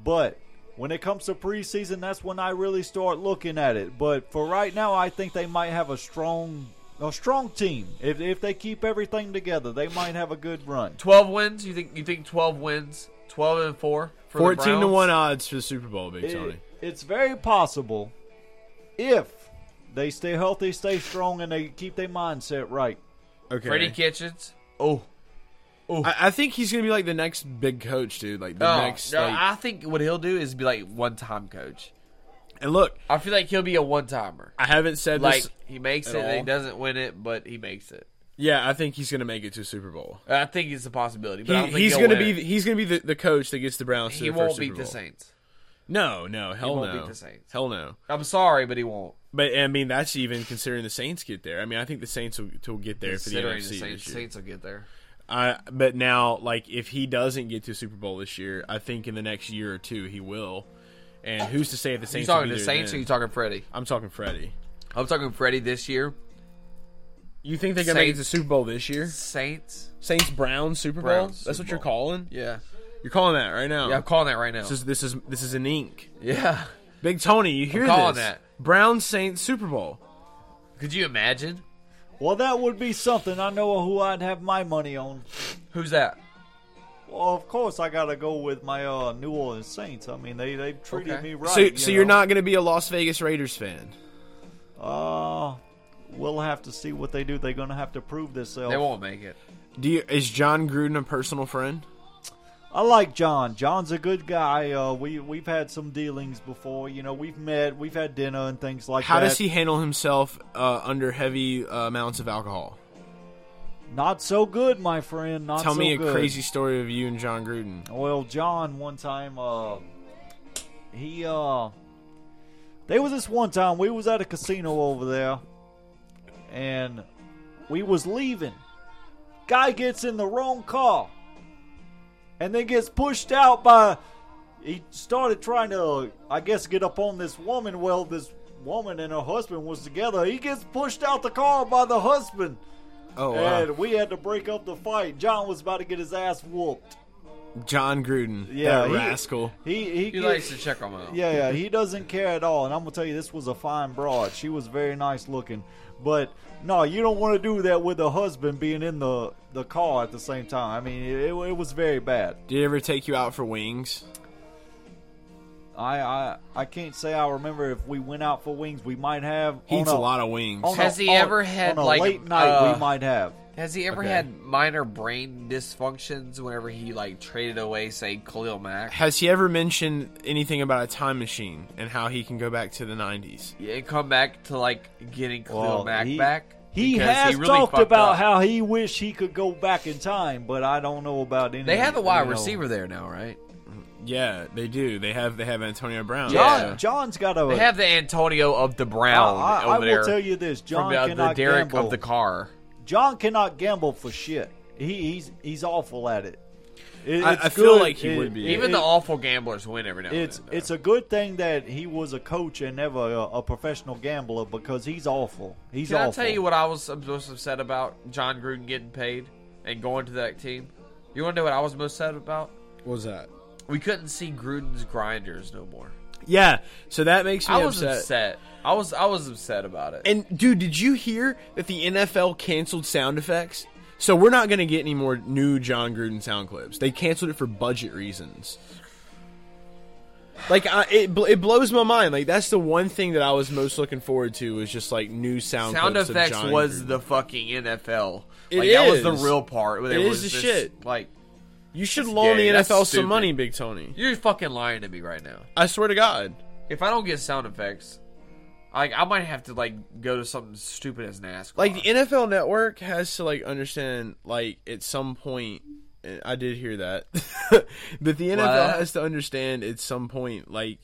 but when it comes to preseason, that's when I really start looking at it. But for right now, I think they might have a strong a strong team. If if they keep everything together, they might have a good run.
Twelve wins? You think you think twelve wins? Twelve and four. For the
Fourteen to
Browns?
one odds for the Super Bowl, Big Tony.
It- it's very possible if they stay healthy, stay strong, and they keep their mindset right.
Okay.
Freddie Kitchens. Oh,
I, I think he's gonna be like the next big coach, dude. Like the
no,
next.
Oh, no,
like-
I think what he'll do is be like one time coach.
and look,
I feel like he'll be a one timer.
I haven't said
Like
this.
he makes
at
it, and he
all.
doesn't win it, but he makes it.
Yeah, I think he's gonna make it to a Super Bowl.
I think it's a possibility. But I
He,
don't think
he's
he'll
gonna
win
be
it.
the, he's gonna be the, the coach that gets the Browns to
he
their
won't
first
beat
Super
the
Bowl.
Saints.
No, no, hell
won't
no,
beat the Saints.
hell no.
I'm sorry, but he won't.
But I mean, that's even considering the Saints get there. I mean, I think the Saints will, will get there for the
Considering
NFC
the Saints,
this year.
Saints will get there.
I, but now, like, if he doesn't get to a Super Bowl this year, I think in the next year or two he will. And who's to say if the
You
Saints? will
talking
be
to
there
Saints or
then?
you talking Freddie?
I'm talking Freddie.
I'm talking Freddie this year.
You think they're gonna make it to
Saints.
Super Bowl this year?
Saints.
Saints Browns Super Bowl.
Browns
That's
Super
what you're
Bowl.
calling.
Yeah.
You're calling that right now.
Yeah, I'm calling that right now.
This is this is this is an ink.
yeah.
Big Tony, you hear
calling
this?
that.
Brown Saints Super Bowl.
Could you imagine?
Well, that would be something. I know who I'd have my money on.
Who's that?
Well, of course, I gotta go with my uh, New Orleans Saints. I mean, they they treated
Okay.
me right.
So,
you
so you're
know?
not going to be a Las Vegas Raiders fan.
Uh, we'll have to see what they do. They're gonna have to prove themselves.
They won't make it.
Do you? Is John Gruden a personal friend?
I like John. John's a good guy. Uh, we we've had some dealings before. You know, we've met, we've had dinner and things like
How
that.
does he handle himself uh, under heavy uh, amounts of alcohol?
Not so good, my friend. Not
Tell
so
me a
good.
crazy story of you and John Gruden.
Well, John, one time, uh, he, uh, there was this one time we was at a casino over there, and we was leaving. Guy gets in the wrong car, and then gets pushed out by. He started trying to, I guess, get up on this woman. Well, this woman and her husband was together. He gets pushed out the car by the husband,
Oh, wow.
and we had to break up the fight. John was about to get his ass whooped.
John Gruden,
Yeah,
that
he-
rascal.
He he,
He
gets-
likes to check them out.
yeah, yeah, he doesn't care at all. And I'm gonna tell you, this was a fine broad. She was very nice looking, but no, you don't want to do that with a husband being in the the car at the same time. I mean, it, it was very bad.
Did he ever take you out for wings?
I, I I can't say I remember if we went out for wings. We might have.
He
on
eats a lot of wings.
on
Has he
on-
ever had,
on a
like,
late night?
uh,
we might have.
Has he ever
Okay.
had minor brain dysfunctions whenever he like traded away, say, Khalil Mack?
Has he ever mentioned anything about a time machine and how he can go back to the 90s?
And come back to like getting Khalil
Well,
Mack
he-
back?
He
Because
has
really
talked
fucked
about
up.
how he wished he could go back in time, but I don't know about any.
they have a wide
you know.
receiver there now, right?
Yeah, they do. They have they have Antonio Brown.
Yeah.
John, John's got a.
They have the Antonio of the Brown
I, I
over
will
there.
tell you this: John
from the, the
cannot
Derek
gamble.
of the car.
John cannot gamble for shit. He, he's he's awful at it. It-
I-
it's
I feel
good.
like he would be. Yeah.
Even
it-
the awful gamblers win every now.
It's
and then,
it's a good thing that he was a coach and never a, a professional gambler because he's awful. He's
Can
awful.
I tell you what I was most upset about John Gruden getting paid and going to that team? You want to know what I was most sad about?
was that?
We couldn't see Gruden's grinders no more.
Yeah. So that makes me
I was upset. I was I was upset about it.
And dude, did you hear that the NFL canceled sound effects? So we're not going to get any more new John Gruden sound clips. They canceled it for budget reasons. Like I, it, bl- it blows my mind. Like that's the one thing that I was most looking forward to was just like new sound.
Sound
clips of
effects
John
was
Gruden.
the fucking NFL.
It
Like that was the
is.
real part. It
It
was
is the
this,
shit.
Like
you should
that's
loan
gay.
the
That's
NFL some
stupid.
money, Big Tony.
you're fucking lying to me right now.
I swear to God.
If I don't get sound effects, like I might have to like go to something stupid as NASCAR.
like the NFL Network has to like understand like at some point. and I did hear that, but the NFL
What?
has to understand at some point like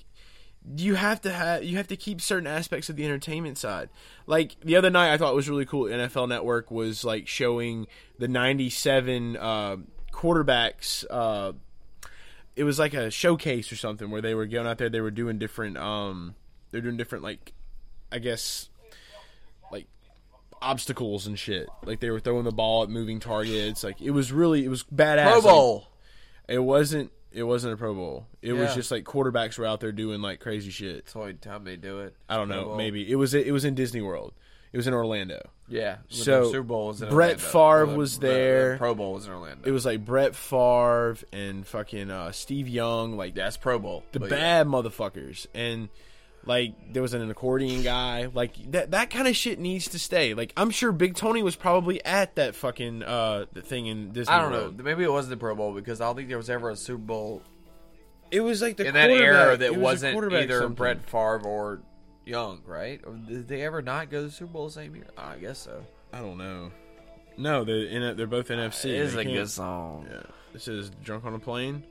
you have to have you have to keep certain aspects of the entertainment side. Like the other night, I thought was really cool. NFL Network was like showing the '97 uh, quarterbacks. Uh, it was like a showcase or something where they were going out there. They were doing different. Um, they're doing different like, I guess, like obstacles and shit. Like they were throwing the ball at moving targets. Like it was really it was badass.
Pro
Like,
Bowl.
it wasn't. It wasn't a Pro Bowl. It was
Yeah.
just like quarterbacks were out there doing like crazy shit.
That's the only time they do it.
I don't know.
Pro Bowl.
Maybe it was it was in Disney World. It was in Orlando.
Yeah. when
So,
the Super Bowl was in
Brett
Orlando.
Favre
Or the-
was
the-
there.
The Pro Bowl was in Orlando.
It was like Brett Favre and fucking uh, Steve Young, like
that's Pro Bowl.
the
but Oh, yeah.
bad motherfuckers, and like there was an accordion guy, like that that kind of shit needs to stay. Like I'm sure Big Tony was probably at that fucking uh the thing in Disney.
I don't
World.
know. Maybe it wasn't the Pro Bowl because I don't think there was ever a Super Bowl
It was like the
in that era
quarterback-
that
it was a
was not
quarterback
either
something.
Brett Favre or Young, right? Or did they ever not go to the Super Bowl the same year? I guess so.
I don't know. No, they're in, they're both NFC.
it is
They
a
can't-
good song.
Yeah. This is drunk on a plane.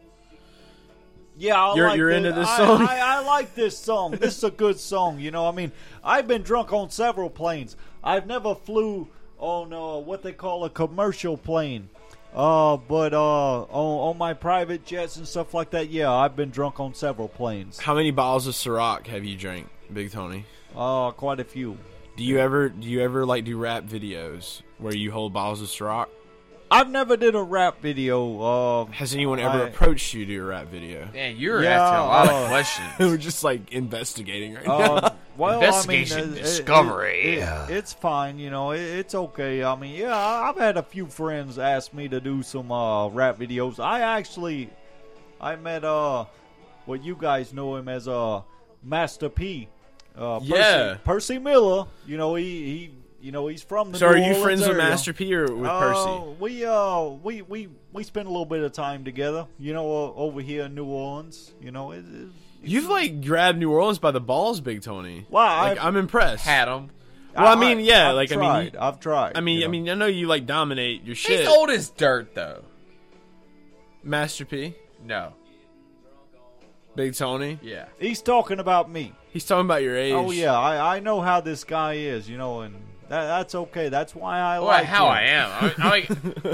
Yeah, I
You're-
like
you're
thi-
into this
I-
song?
I, I like this song. This is a good song. You know, I mean, I've been drunk on several planes. I've never flew on uh, what they call a commercial plane, uh, but uh, on, on my private jets and stuff like that. Yeah, I've been drunk on several planes.
How many bottles of Ciroc have you drank, Big Tony?
Uh, quite a few.
Do you ever do you ever like do rap videos where you hold bottles of Ciroc?
I've never did a rap video. Uh,
Has anyone ever
I-
approached you to do a rap video?
Man, you're
Yeah,
oh.
asking a lot
uh,
of questions. Oh.
We're just like investigating right now.
um, Well,
Investigation
I mean, uh, it- it-
discovery.
it-
Yeah.
it's fine, you know. It, it's okay. I mean, yeah, I- I've had a few friends ask me to do some uh, rap videos. I actually, I met uh, what you guys know him as uh, Master P. Uh, Percy,
Yeah.
Percy Miller. You know, he, he you know he's from the.
So are
New
you
Orleans
friends with
area.
Master P or with
Uh,
Oh.
Percy?
we uh we we we spend a little bit of time together. You know, uh, over here in New Orleans. You know, it, it,
You've like grabbed New Orleans by the balls, Big Tony.
Well,
like,
I've-
I'm impressed.
Had him.
Well, I mean, yeah,
I've
like, I
tried.
mean,
I've tried.
I mean,
you
I
know.
mean, I know you like dominate your shit,
He's old as dirt, though.
Master P,
No.
Big Tony.
Yeah.
he's talking about me.
He's talking about your age.
Oh yeah, I, I know how this guy is, you know, and that, that's okay. That's why I
Well,
like
how
him.
I am. I, I like,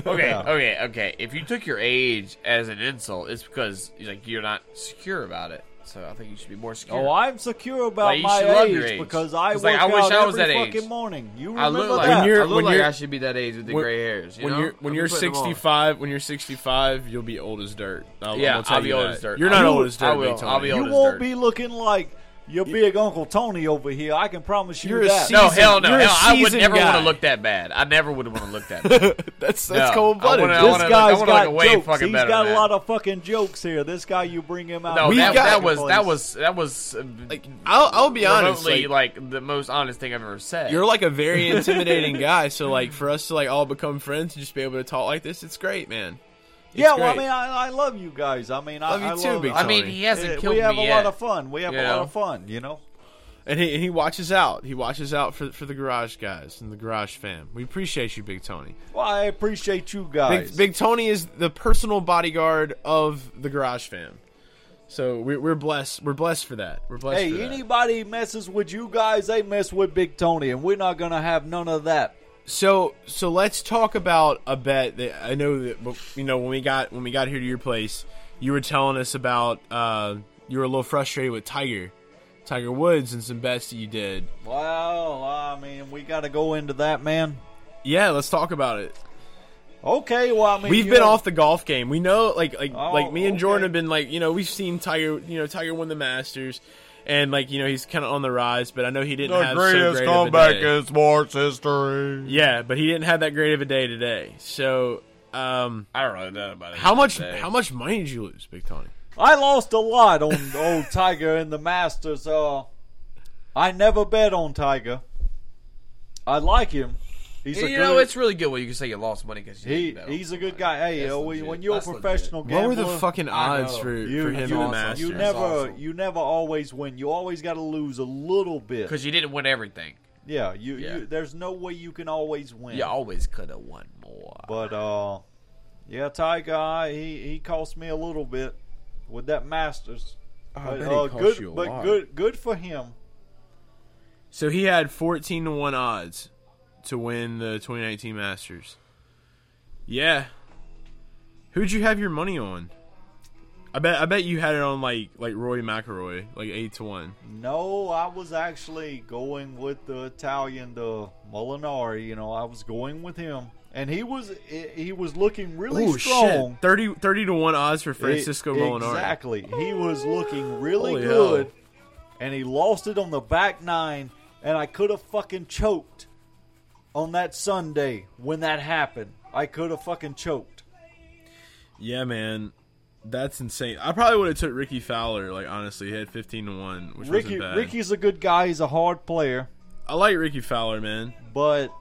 okay,
Yeah.
okay, okay. If you took your age as an insult, it's because like you're not secure about it. So I think you should be more secure.
Oh, I'm secure about
Like, you
my
should love
age,
your age.
because I work
It's like, I wish
out
I was
every
that age.
fucking morning. You remember
I look like
that?
When you're-
I look like
you're-
I should be that age with the
when-
gray hairs. You
when
know?
you're when
I'll be
you're
putting them on.
65, when you're 65, you'll be old as dirt. I'll, I'm
Yeah,
gonna tell
I'll be
you
old
that.
as dirt.
You're not
I
old
will.
as dirt.
I will.
Big Tony.
I'll be old
you
as
won't
dirt.
be looking like your big uncle Tony over here. I can promise you
You're a
that.
seasoned-
No, hell no.
You're a
Hell, I would
seasoned
never
guy.
want to look that bad. I never would want to look that bad.
that's that's
No,
cold blooded.
I wanna- I
this
wanna look-
guy's
wanna look
got
way
jokes.
fucking
He's
better
got
than
a lot
that.
of fucking jokes here. This guy, you bring him out.
No,
We
that,
got-
that was that was that was uh,
Like I'll I'll be honest.
remotely
Like,
like, the most honest thing I've ever said.
you're like a very intimidating guy. So like for us to like all become friends and just be able to talk like this, it's great, man. It's
Yeah, well, I
great.
mean, I, I love you guys. I mean,
Love
I
you
I
too,
love,
Big
I mean,
Tony.
he hasn't
Uh,
killed
we have
me
a
yet.
lot of fun. We have
you
a lot
know?
of fun, you know.
and he and he watches out. He watches out for for the garage guys and the garage fam. We appreciate you, Big Tony.
Well, I appreciate you guys.
Big, Big Tony is the personal bodyguard of the garage fam. So we're, we're blessed. We're blessed for that. We're blessed. for
hey,
that.
anybody messes with you guys, they mess with Big Tony, and we're not gonna have none of that.
So so let's talk about a bet that I know that but, you know when we got when we got here to your place, you were telling us about uh, you were a little frustrated with Tiger, Tiger Woods, and some bets that you did.
Well, I mean, we got to go into that, man.
Yeah, let's talk about it.
Okay, well, I mean,
We've
you
been
know-
off the golf game. We know, like, like,
Oh,
like me and Jordan
okay.
have been like, you know, we've seen Tiger. You know, Tiger won the Masters, and like, you know, he's kind of on the rise. But I know he didn't have so great of a day.
sports history.
Yeah, but he didn't have that great of a day today. So, um,
I don't really know about it.
how much,
Today.
how much money did you lose, Big Tony?
I lost a lot on old Tiger and the Masters. Uh, I never bet on Tiger. I like him. He's a
you
good,
know, it's really good when you can say you lost money because
he, he's a good guy. Hey,
That's
uh, when
legit.
when you're
That's
a
legit.
professional
What
gambler,
were the fucking
I
odds
know.
for,
you,
for him
you,
in the
awesome.
Masters?
you
That's
never
awesome.
you never always win. You always got to lose a little bit.
because you didn't win everything.
Yeah, you,
Yeah.
you there's no way you can always win.
You always could have won more.
But uh yeah, Ty guy, he he cost me a little bit with that Masters. but,
bet he
uh,
cost
good
you a
but
lot.
good good for him.
So he had fourteen to one odds to win the 2019 Masters. Yeah. Who'd you have your money on? I bet I bet you had it on like like Roy McIlroy, like eight to one.
No, I was actually going with the Italian, the Molinari, you know, I was going with him. And he was he- he was looking really
Ooh,
strong.
30, 30 to one odds for Francisco
E-
Molinari.
Exactly. He was looking really
Holy
good,
hell.
and he lost it on the back nine, and I could have fucking choked on that Sunday when that happened. I could have fucking choked.
Yeah, man, that's insane. I probably would have took Ricky Fowler. Like honestly, he had fifteen to one, which
Ricky,
wasn't bad.
Ricky's a good guy. He's a hard player,
I like Ricky Fowler, man.
but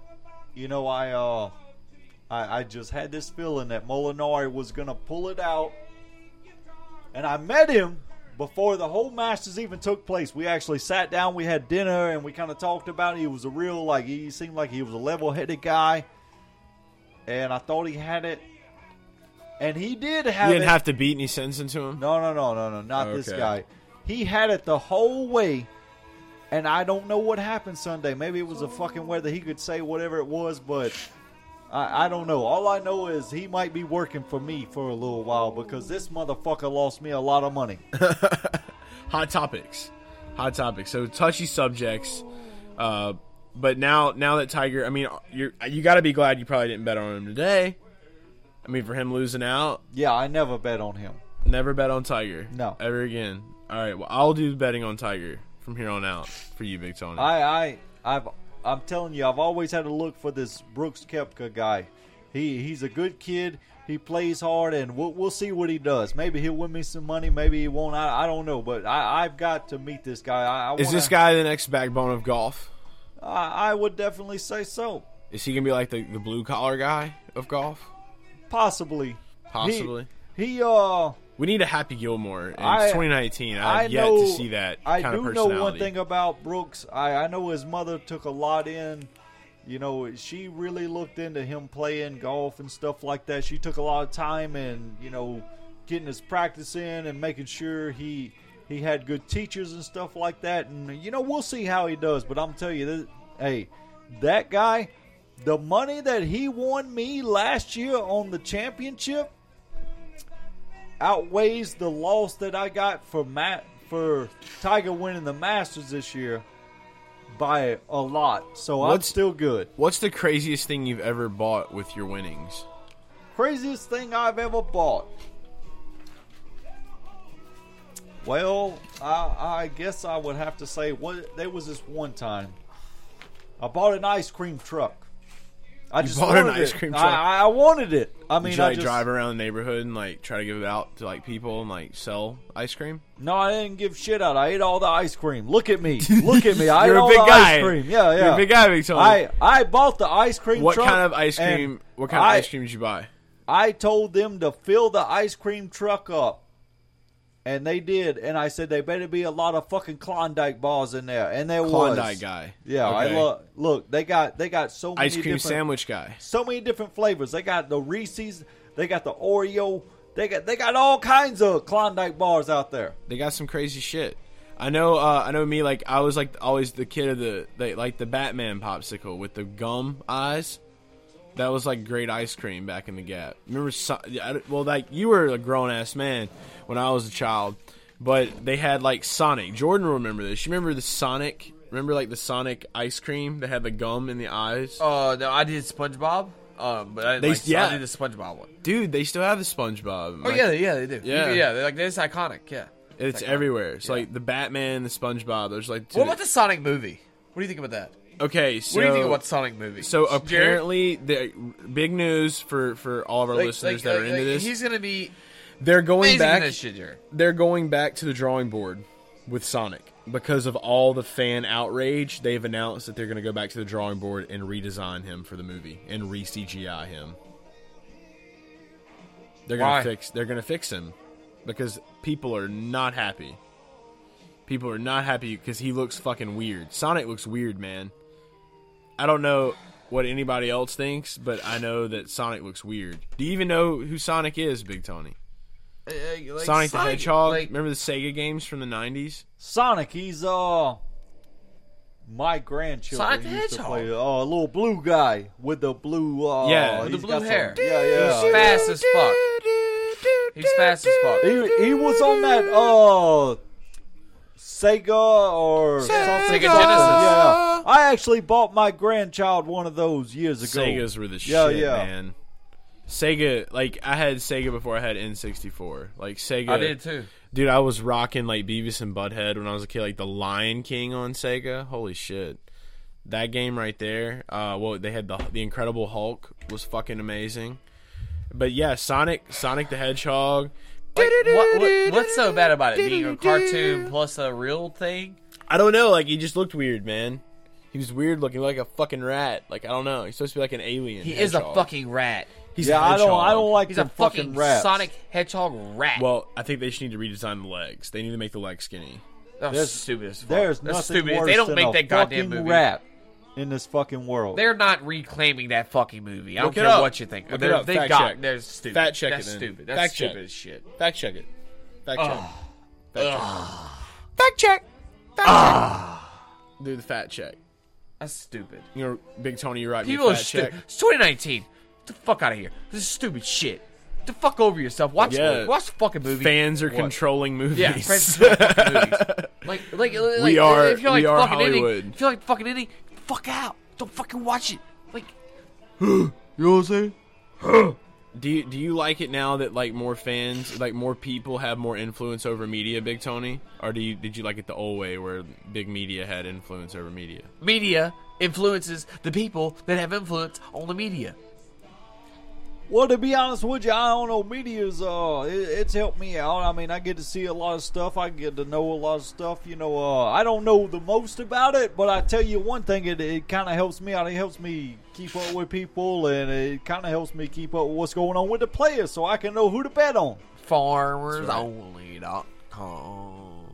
you know, I uh, I, I just had this feeling that Molinari was gonna pull it out, and I met him. Before the whole Masters even took place, we actually sat down, we had dinner, and we kind of talked about it. He was a real, like, he seemed like he was a level headed guy. And I thought he had it. And he did
He
have
didn't
it.
have to beat any sense into him.
No, no, no, no, no, not this
Okay.
guy. He had it the whole way, and I don't know what happened Sunday. Maybe it was the fucking weather. He could say whatever it was, but I, I don't know. All I know is he might be working for me for a little while because this motherfucker lost me a lot of money.
Hot topics, hot topics. So touchy subjects. Uh, but now, now that Tiger, I mean, you you got to be glad you probably didn't bet on him today. I mean, for him losing out,
yeah, I never bet on him.
never bet on Tiger.
No.
ever again. All right, well, I'll do betting on Tiger from here on out for you, Big Tony?
I, I, I've, I'm telling you, I've always had a look for this Brooks Kepka guy. He, he's a good kid. He plays hard, and we'll, we'll see what he does. Maybe he'll win me some money. Maybe he won't. I, I don't know, but I, I've got to meet this guy. I, I
Is
wanna-
this guy the next backbone of golf?
I, I would definitely say so.
Is he gonna be like the, the blue collar guy of golf?
Possibly.
Possibly.
He, he uh,
we need a Happy Gilmore. And
I-
it's 2019. I've
I
yet
know,
to see that
I
kind
do
of
know
personality.
one thing about Brooks. I, I know his mother took a lot in. You know, she really looked into him playing golf and stuff like that. She took a lot of time and you know, getting his practice in and making sure he he had good teachers and stuff like that. And you know, we'll see how he does. But I'm telling you, this, hey, that guy, the money that he won me last year on the championship, outweighs the loss that I got for Matt for Tiger winning the Masters this year by a lot. So I'm
What's-
still good.
What's the craziest thing you've ever bought with your winnings?
Craziest thing I've ever bought. Well, I, I guess I would have to say what there was this one time. I bought an ice cream truck. I just
bought an
wanted
ice
it.
cream
I-
truck?
I, I wanted it. I
Did
mean,
you
I
like
just,
drive around the neighborhood and like try to give it out to like people and like sell ice cream?
No, I didn't give shit out. I ate all the ice cream. Look at me. Look at me. I
You're
ate
a
all
big
the
guy.
ice cream. Yeah, yeah.
You're a big guy, Big Tony.
I I bought the ice cream.
What
truck
kind of ice
and
cream? What kind
I,
of ice cream did you buy?
I told them to fill the ice cream truck up, and they did. And I said they better be a lot of fucking Klondike bars in there, and there was.
Klondike guy.
Yeah,
Okay.
I look. Look, they got they got so many
Ice cream
different,
sandwich guy.
so many different flavors. They got the Reese's. They got the Oreo. They got they got all kinds of Klondike bars out there.
They got some crazy shit. I know. Uh, I know. Me, like I was like always the kid of the they, like the Batman popsicle with the gum eyes. That was like great ice cream back in the Gap. Remember? So, yeah, I don't- well, like you were a grown ass man when I was a child, but they had like Sonic. Jordan, will remember this? You remember the Sonic? Remember like the Sonic ice cream that had the gum in the eyes?
Uh, no, I did SpongeBob. Um, but I,
They-
like,
yeah.
I did the SpongeBob one.
Dude, they still have the SpongeBob.
Oh
Like,
yeah, yeah, they do.
Yeah.
Yeah, yeah, they're like that's iconic. Yeah.
it's
Iconic.
everywhere. It's
Yeah.
like the Batman, the SpongeBob. There's like two-
What about the Sonic movie? What do you think about that?
Okay, so
What do you think about the Sonic movie?
So
Jared?
apparently, the big news for for all of our
Like-
listeners
like-
that are
like-
into
like,
this,
he's gonna be
they're going
amazing in
back.
this shit, Jared.
They're going back to the drawing board with Sonic because of all the fan outrage. They've announced that they're going to go back to the drawing board and redesign him for the movie and re CGI him. They're going
Why?
to fix. They're going to fix him because people are not happy. People are not happy because he looks fucking weird. Sonic looks weird, man. I don't know what anybody else thinks, but I know that Sonic looks weird. Do you even know who Sonic is, Big Tony?
Uh, uh, like,
Sonic, the Hedgehog.
like-
Remember the Sega games from the '90s?
Sonic, he's uh my grandchildren
Sonic the
used to
Hedgehog.
play. Oh, a little blue guy with the blue. Uh,
Yeah.
he's
With
the
got
blue
some-
hair.
yeah, yeah.
He's fast as fuck. He's fast as fuck.
He, he was on that uh Sega or something.
Sega Genesis.
Yeah, I actually bought my grandchild one of those years ago.
Segas were the
Yeah,
shit,
yeah.
man. Sega, like I had Sega before I had N64. Like Sega,
I did too.
dude. I was rocking like Beavis and Butthead when I was a kid, like the Lion King on Sega. Holy shit, that game right there. Uh, well, they had the the Incredible Hulk was fucking amazing. But yeah, Sonic, Sonic the Hedgehog.
Like, what, what, what's so bad about it being a cartoon plus a real thing?
I don't know. Like he just looked weird, man. He was weird looking, like a fucking rat. Like I don't know. He's supposed to be like an alien.
He is a
hedgehog.
fucking rat.
He's
Yeah,
a
I don't. I
hedgehog.
don't like
He's
them
a fucking
rats.
Sonic Hedgehog rat.
Well, I think they should need to redesign the legs. They need to make the legs skinny.
that was
there's-
stupid as fuck.
There's
That's
nothing
stupid.
worse
If they don't
than
make
a
that goddamn
fucking
movie.
rat in this fucking world.
They're not reclaiming that fucking movie. I
Look it
don't care
up.
what you think.
Look
They're-
it up.
They
Fact
got
check.
they're stupid.
Fact check it
That's
then.
stupid. That's
Fact check.
stupid as shit.
Fact check it.
Oh.
Fact check.
Ugh.
Fact check. Fact check. Fact check. Do the fat check.
That's stupid.
You know, Big Tony, you're right. do the
People are
fat check.
stupid. It's 2019. Get the fuck out of here. This is stupid shit. Get the fuck over yourself. Watch
Yeah.
the, watch the fucking movie.
Fans are
What?
controlling movies.
Yeah, fans are fucking movies. Like, like, like
We are-
If you like
we are
fucking
Hollywood.
Ending, if you like fucking ending, fuck out. Don't fucking watch it. Like,
Do you, do you like it now that like more fans, like more people have more influence over media, Big Tony? Or do you did you like it the old way where big media had influence over media?
Media influences the people that have influence on the media.
Well, to be honest with you, I don't know. Media's uh, it, it's helped me out. I mean, I get to see a lot of stuff. I get to know a lot of stuff. You know, uh, I don't know the most about it, but I tell you one thing: it, it kind of helps me out. It helps me keep up with people, and it kind of helps me keep up with what's going on with the players, so I can know who to bet on.
Farmersonly.com.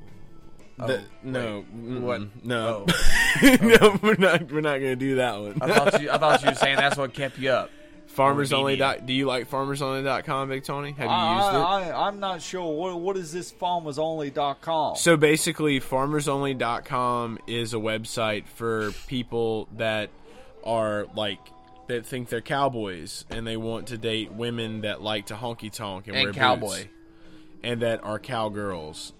The- no, mm,
What?
No,
Oh.
no, we're not. We're not gonna do that one.
I thought you I thought you were saying that's what kept you up.
Farmers only.
Media.
Dot, do you like farmersonly.com, Big Tony? Have you used it?
I, I, I'm not sure what what is this farmersonly.com.
So basically, farmersonly.com is a website for people that are like that think they're cowboys and they want to date women that like to honky tonk and,
And
wear boots.
cowboy.
and that are cowgirls.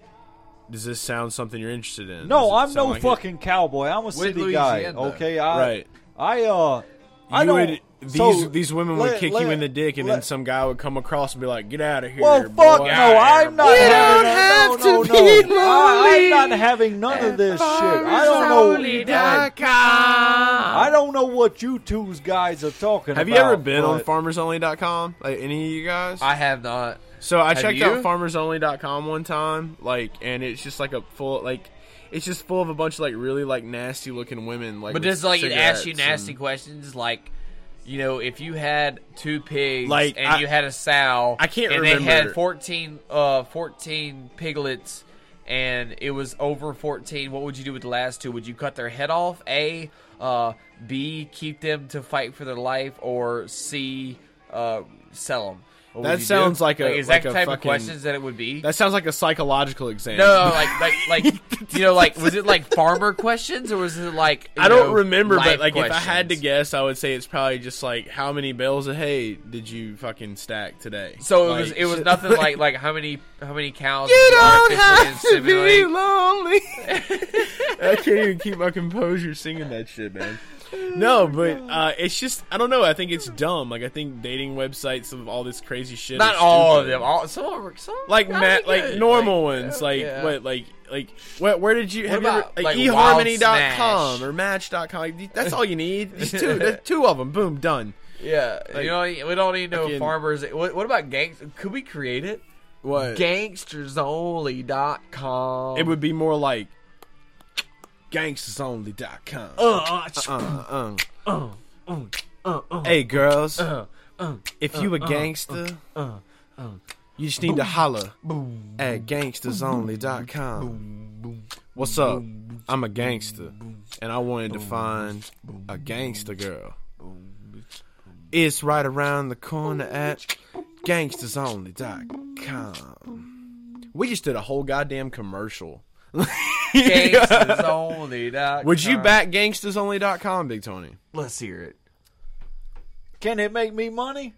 Does this sound something you're interested in? Does
no,
it
I'm
sound
no
like it?
fucking cowboy. I'm a city guy.
Louisiana, though.
Okay, I
Right.
I uh. I
You
don't,
would- these
so,
these women would
let-
kick you
let-
in the dick, and then
let-
some guy would come across and be like, "Get out of here!"
Well,
boy."
fuck no, I'm not.
We
having
don't
a-
have
no,
to
no, no.
be
I,
lonely.
I'm not having none of this shit. I don't know. I don't know what you two guys are talking
Have
about.
you ever been on
but-
farmersonly.com? Like any of you guys?
I have not.
So I
Have
checked
you?
out farmersonly.com one time, like, and it's just like a full, like, it's just full of a bunch of like really like nasty looking women, like.
But
with
does like it ask you
cigarettes
nasty
and-
questions like you know, if you had two pigs
Like,
and
I-
you had a sow
I can't
and
remember-
they had 14 uh 14 piglets and it was over 14, what would you do with the last two? Would you cut their head off? A uh B keep them to fight for their life or C uh sell them.
That sounds like a-
is
like
that
a
type of
fucking-
questions that it would be?
That sounds like a psychological exam.
No, like like like you know, like was it like farmer questions or was it like you
I don't
know,
remember,
life
but like if I had to
questions?
guess, I would say it's probably just like how many bales of hay did you fucking stack today?
So it was
Like,
it was
shit
nothing like like how many how many cows you artificially inseminate?
lonely. I can't even keep my composure singing that shit, man. No, but uh, it's just I don't know. I think it's dumb. Like I think dating websites of all this crazy shit.
Not
are
all of
stupid.
them. All some of them- some of them
Like
gotta
ma-
be
like
good.
normal ones. Like
yeah.
what? Like like what? Where did you have
about,
you ever,
like,
like,
Wild
eHarmony.com
Smash?
or Match.com? Like, that's all you need. Just two, that's two of them. Boom, done.
yeah.
like,
you know, we don't need no
fucking-
farmers. What, what about gangs? Could we create it?
What?
Gangstersonly.com.
It would be more like gangstersonly.com.
Oh,
uh, uh, hey, girls. if you a gangster, you just need to holler at gangstersonly.com. What's up? I'm a gangster, and I wanted to find a gangster girl. It's right around the corner at gangstersonly.com. We just did a whole goddamn commercial.
Gangstersonly.com.
Would you back gangstersonly.com, Big Tony?
Let's hear it.
Can it make me money?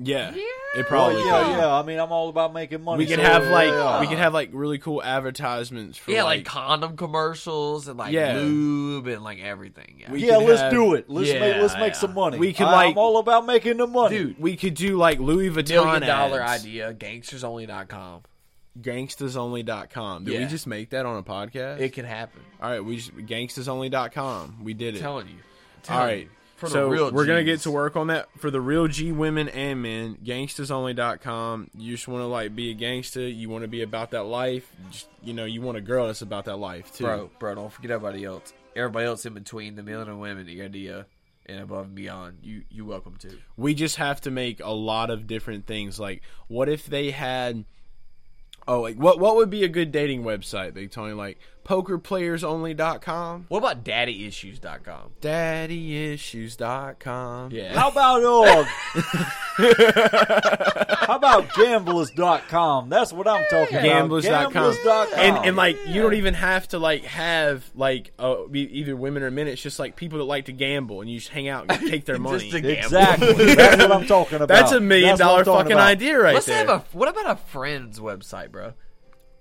Yeah. It
Oh
probably
yeah,
could.
yeah. I mean, I'm all about making money.
We could
so,
have
yeah,
like
yeah.
we could have like really cool advertisements for
Yeah, like, condom commercials and like
Yeah.
lube and like everything. Yeah.
We-
yeah,
could
let's
have-
do it. Let's
Yeah,
make let's
yeah.
make some money.
We could,
I-
like-
I'm all about making the money.
Dude,
we could do like Louis Vuitton
million dollar
ads.
idea. Gangstersonly.com.
gangstersonly.com. Did we
Yeah.
just make that on a podcast?
It can happen.
All right, we just gangstersonly.com. We did it.
telling you.
All right.
For the
so
real
we're gonna get
Gs.
to work on that for the real G women and men. Gangstersonly.com. You just want to like be a gangster. You want to be about that life. Just, you know, you want a girl that's about that life too.
bro, bro. Don't forget everybody else. Everybody else in between the men and women, the idea and above and beyond. You you welcome to.
We just have to make a lot of different things. Like, what if they had? Oh, like what? What would be a good dating website, Big Tony? Like PokerPlayersOnly.com,
What about daddyissues.com?
DaddyIssues.com.
Yeah.
How about uh, How about gamblers.com? That's what I'm talking about.
Gamblers.com.
Gamblers.com.
And and like you don't even have to like have like uh, be either women or men. It's just like people that like to gamble and you just hang out and take their money.
Just to gamble.
Exactly. That's what I'm talking about.
That's a million
That's what
dollar
I'm talking
fucking
about.
idea right
Let's
there.
have a. What about a friends website, bro?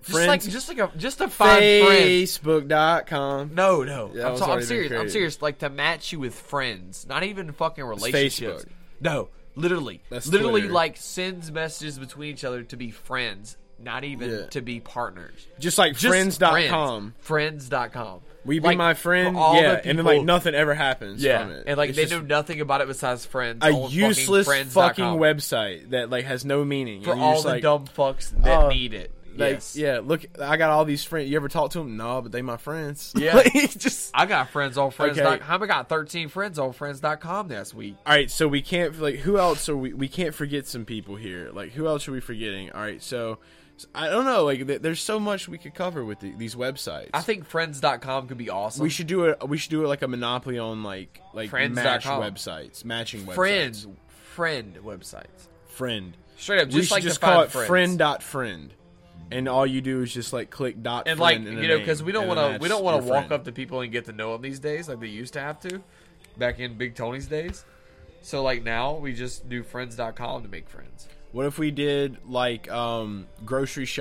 Just
Friends-
like just like a just to find friends.
Facebook.com.
No, no.
Yeah, that
I'm,
was
so, I'm
already been
serious. I'm
created.
serious. Like to match you with friends, not even fucking relationships.
Facebook.
No, Literally,
That's
literally
Twitter.
like sends messages between each other to be friends, not even
Yeah.
to be partners.
Just like
Just
friends.com.
friends. friends.com.
We be
Like,
my
for
friend.
all the
Yeah. And then like
people-
nothing ever happens
Yeah,
from it.
and like
It's
they
just
know nothing about it besides friends.
a
on fucking
useless fucking,
friends dot com.
website that like has no meaning.
for
And you're
all
just
the
like,
dumb fucks that
uh,
need it.
Like,
yes.
yeah, look, I got all these friends. You ever talk to them? No, but they my friends.
Yeah.
Like, just
I got friends on friends.
Okay.
dot com. I got 13 friends on friends.com this week.
all right. So we can't like who else? Are we we can't forget some people here. Like who else are we forgetting? All right, so. so I don't know. Like, th- there's so much we could cover with the, these websites.
I think friends.com could be awesome.
we should do a we should do it like a monopoly on like like
Friends
match
dot com.
websites, matching websites.
friends friend websites.
friend.
Straight up
we
just
should
like
just
to find
call it
friends.
friend dot friend, and all you do is just like click dot friend
and like
and a
you know
name,
because we don't
and
want
then
to we
that's
don't want
your
to walk
friend.
up to people and get to know them these days like they used to have to back in Big Tony's days. So like now we just do friends.com to make friends.
What if we did like um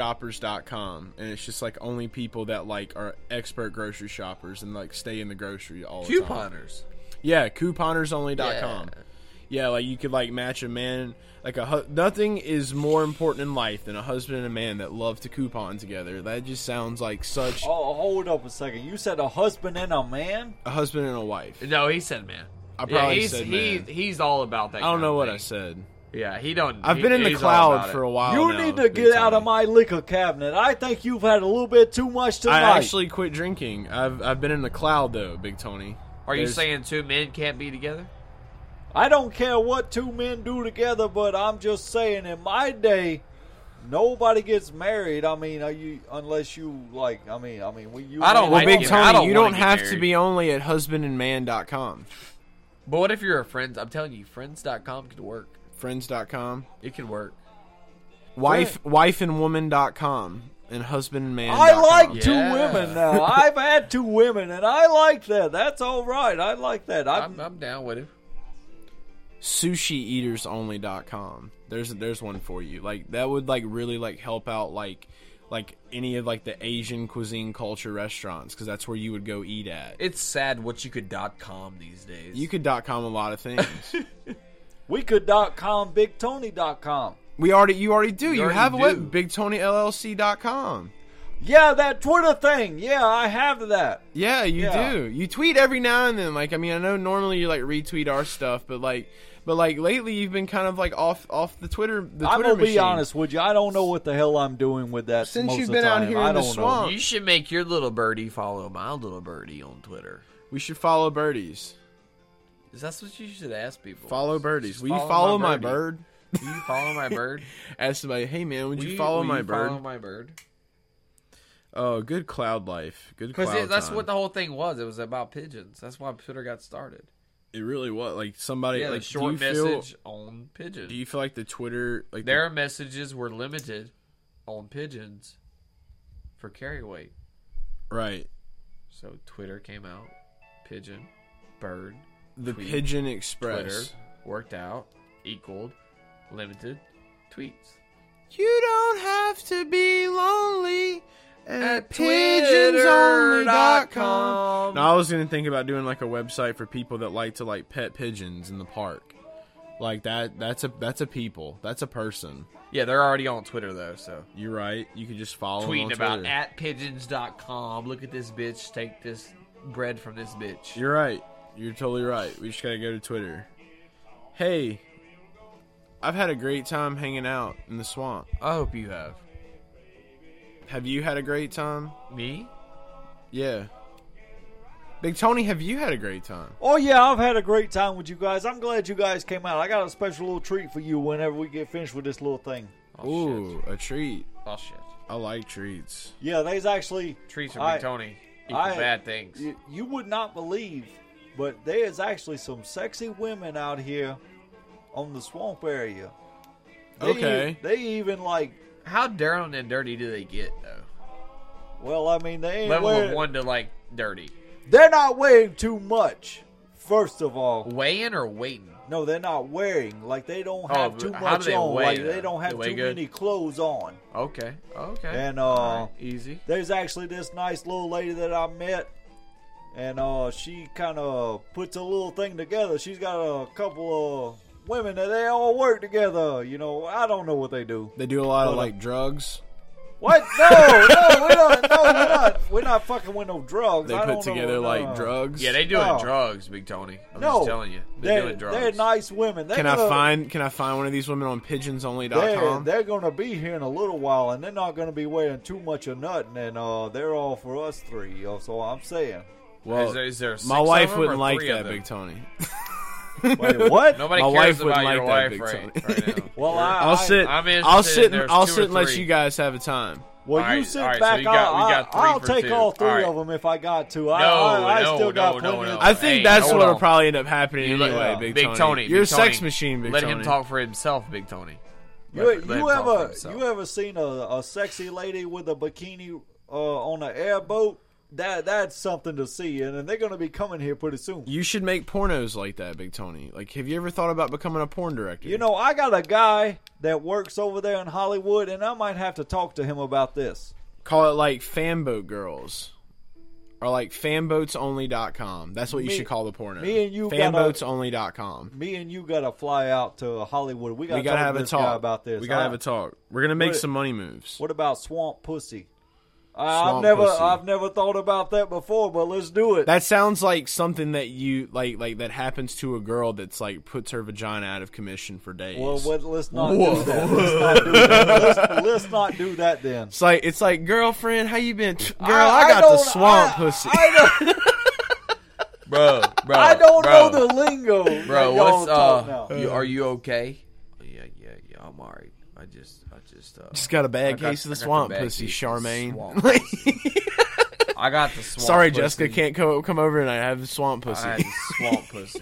groceryshoppers.com and it's just like only people that like are expert grocery shoppers and like stay in the grocery all the time.
Couponers.
Yeah, couponersonly.com. Yeah. yeah, like you could like match a man like a hu- nothing is more important in life than a husband and a man that love to coupon together. That just sounds like such
Oh, hold up a second. You said a husband and a man?
a husband and a wife.
No, he said man.
I probably
yeah, he's,
said
he-
man.
he's all about that.
I don't
kind
know
of
what
thing.
I said.
Yeah, he don't.
I've
he-
been in the
he's all about
cloud
it.
for a while.
you
now,
need to
Oh, Big
get out
Tony.
of my liquor cabinet. I think you've had a little bit too much tonight.
I actually quit drinking. I've I've been in the cloud though, Big Tony.
Are you
There's-
saying two men can't be together?
I don't care what two men do together, but I'm just saying, in my day, nobody gets married. I mean, are you unless you like? I mean, I mean, we you.
I don't
Well,
like
Big
it.
Tony,
I don't
you
wanna
don't
get
have to
married.
be only at husbandandman.com.
But what if you're a friends? I'm telling you, friends.com could work.
Friends.com.
It could work.
Wife, wife and woman.com and husbandandman.com.
I like two
Yeah.
women now. I've had two women, and I like that. That's all right. I like that.
I'm,
I'm,
I'm down with it.
sushieatersonly.com. There's there's one for you. Like that would like really like help out like like any of like the Asian cuisine culture restaurants cuz that's where you would go eat at.
It's sad what you could dot com these days.
You could dot com a lot of things.
we could dot com bigtony dot com.
we already you already do. You,
already
have a web
do.
bigtonyllc.com.
Yeah, that Twitter thing. Yeah, I have that.
Yeah, you
Yeah.
do. You tweet every now and then. Like, I mean, I know normally you like retweet our stuff, but like, but like lately you've been kind of like off off the Twitter. The
I'm
Twitter
gonna be
machine.
honest with you. I don't know what the hell I'm doing with that.
Since
most
you've
of
been
the
out
time.
here
I
in the
don't know.
swamp.
You should make your little birdie follow my little birdie on Twitter.
We should follow birdies.
'Cause that's what you should ask people.
Follow birdies.
Just
Will you follow my,
birdie.
bird?
Will you follow my bird?
Ask somebody. Hey man, would
Will
you, follow
will
my
you
bird?
Follow my bird.
oh, good cloud life. Good cloud.
Because that's
time.
what the whole thing was. It was about pigeons. That's why Twitter got started.
it really was. Like somebody.
Yeah, the
like do
short
you feel-
message on pigeons.
do you feel like the Twitter like the-
Their messages were limited on pigeons for carry weight.
right?
So Twitter came out, pigeon, bird,
The
Tweet,
Pigeon Express.
Twitter worked out, equaled, limited, tweets.
You don't have to be lonely
At
at
pigeonsonly.com.
pigeonsonly.com. Now I was gonna think about doing like a website for people that like to like pet pigeons in the park. Like that that's a that's a people. That's a person.
Yeah, they're already on Twitter though, so
You're right. You could just follow 'em on
tweeting about
Twitter.
at pigeons.com. Look at this bitch, take this bread from this bitch.
You're right. You're totally right. We just gotta go to Twitter. Hey, I've had a great time hanging out in the swamp.
I hope you have.
Have you had a great time?
Me?
Yeah. Big Tony, have you had a great time?
Oh yeah, I've had a great time with you guys. I'm glad you guys came out. I got a special little treat for you whenever we get finished with this little thing.
Oh
Ooh,
shit.
a treat.
Oh shit.
I like treats.
Yeah, there's actually
Treats from
I-
Big Tony. Equal
I-
bad things.
y- You would not believe, but there's actually some sexy women out here on the swamp area. They,
Okay.
They even like.
How down and dirty do they get though?
Well, I mean, they ain't
Level
wearing,
of one to like dirty.
They're not wearing too much. First of all,
Weighing or waiting?
no, they're not wearing. Like they don't
Oh,
have
but
too
how do
much
they
on.
weigh,
like
though?
they don't have
They
too
weigh good?
many clothes on.
Okay. Okay.
And, uh,
All right, easy.
there's actually this nice little lady that I met, and uh, she kind of puts a little thing together. She's got a couple of women and they all work together. You know, I don't know what they do.
They do a lot of like drugs.
What? No, no, we're not. No, we're not. We're not fucking with no drugs.
They
I
put
don't know,
together
no.
like drugs.
Yeah, they doing
No.
drugs, Big Tony. I'm
No,
just telling you, they're, doing drugs.
They're nice women. They're
Can I
uh,
gonna,
find Can I find one of these women on
They're,
pigeonsonly.com?
they're gonna be here in a little while, and they're not gonna be wearing too much of nothing, and uh, they're all for us three. uh, So I'm saying,
well,
Is there- is there six
my
of
wife
them
wouldn't
or
like
three of
that,
them?
Big Tony.
wait, what?
Nobody
My wife
cares
wouldn't
about your
like that,
wife
Big
right, right now.
Well, I,
I'll
I-
sit. I'll
I'm interested.
sit. And,
There's
I'll
two or
sit and let
three.
you guys have a time.
Well,
All
you
right,
sit
all right, so
back.
we got-
I'll,
we got
I'll, I'll
three for
take
two.
all three
All right.
of them if I got to. I,
No,
I, I
no,
still
no,
got
no,
plenty.
no.
of-
I think
Hey,
that's
hold
what'll
on.
probably end up happening
You let- uh,
anyway,
yeah.
Big,
Big
Tony.
Tony,
You're
Big
a sex
Tony.
machine, Big
Let
Tony.
him talk for himself, Big Tony.
You,
Let
you
him talk for
ever
himself.
you ever seen a, a sexy lady with a bikini uh, on an airboat? That that's something to see, and, and they're going to be coming here pretty soon.
You should make pornos like that, Big Tony. Like, have you ever thought about becoming a porn director?
You know, I got a guy that works over there in Hollywood, and I might have to talk to him about this.
call it like fanboat girls or like fanboatsonly.com. That's what you should call the porno.
me and you gotta-
fanboatsonly.com.
Me and you got to fly out to Hollywood. We got
We
to
gotta have a
this guy
talk
about this.
We gotta
I-
have a talk. We're gonna make
What-
some money moves.
What about swamp pussy? I've
Swamp
never
pussy.
I've never thought about that before, but let's do it.
That sounds like something that you like, like that happens to a girl that's like puts her vagina out of commission for days.
well, what, let's not do that. Let's not do that. Let's, let's not do that then.
it's like it's like girlfriend, how you been? Girl, I, got the
don't-
swamp
I-
pussy.
I don't,
Bro, bro,
I don't
bro,
know the lingo.
Bro,
that y'all
what's
talk
uh?
now.
You, are you okay? Yeah, yeah, yeah. I'm alright. I just, I just, uh,
Just got a
I
bad
got-
case of
I
the
got
swamp
bad
pussy,
case of the
Charmaine.
swamp pussy. I got the swamp.
Sorry,
pussy.
Jessica can't co- come over and I have the swamp pussy.
I had the swamp pussy.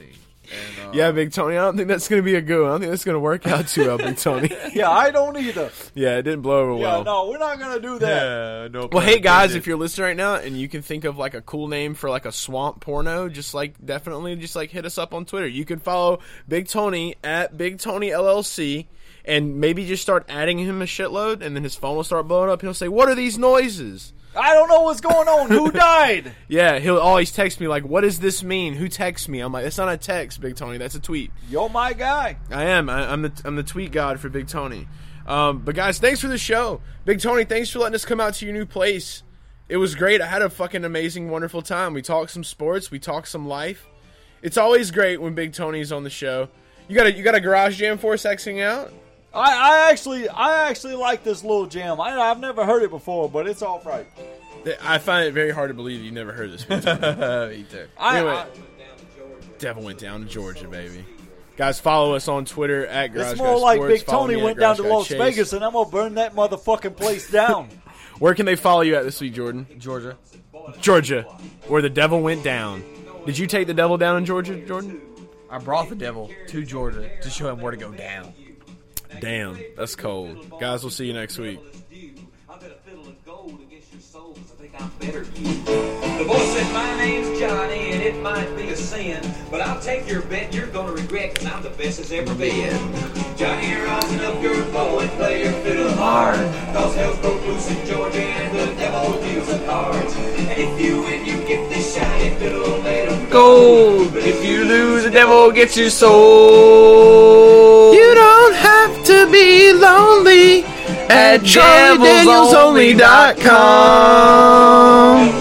And, uh,
Yeah, Big Tony. I don't think that's gonna be a good. One. I don't think that's gonna work out too well, Big Tony.
Yeah, I don't either.
yeah, it didn't blow over
Yeah,
well.
no, we're not gonna do that.
uh, no
Well, hey guys, if you're listening right now and you can think of like a cool name for like a swamp porno, just like definitely just like hit us up on Twitter. You can follow Big Tony at Big Tony LLC and maybe just start adding him a shitload and then his phone will start blowing up. He'll say, "What are these noises?"
I don't know what's going on. Who died?
Yeah, he'll always text me like, "What does this mean? Who texts me?" I'm like, "That's not a text, Big Tony. That's a tweet."
You're my guy.
I am. I, I'm the I'm the tweet god for Big Tony. Um, but guys, thanks for the show, Big Tony. Thanks for letting us come out to your new place. It was great. I had a fucking amazing, wonderful time. We talked some sports. We talked some life. It's always great when Big Tony's on the show. You got a you got a garage jam for us Xing out.
I, I actually I actually like this little jam. I, I've never heard it before, but it's all right.
Th- I find it very hard to believe you never heard this. Big Tony.
Uh,
I,
Anyway.
I-
Devil went down to Georgia, baby. Guys, follow us on Twitter at Garage
it's
Guy
more like
Sports.
Big
Follow
Tony
me at
went down
Garage
to
Guy
Las
Chase.
Vegas, and I'm gonna burn that motherfucking place down.
Where can they follow you at this week, Jordan?
Georgia.
Georgia, where the devil went down. Did you take the devil down in Georgia, Jordan?
I brought the devil to Georgia to show him where to go down.
Damn, that's cold. Guys, we'll see you next week.
I bet a fiddle of gold against your souls. I think I'm better than you. The boy said, My name's Johnny, and it might be a sin, but I'll take your bet you're gonna regret, i I'm the best as ever been. Johnny, rising up your bow and play your fiddle hard, cause hell's broke loose in Georgia and the devil deals the cards. And if you win, you get this shiny fiddle made of
Gold. Oh, If you lose, the devil gets your soul. You don't have to be lonely at
CharlieDanielsOnly.com.
DanielsOnly.com.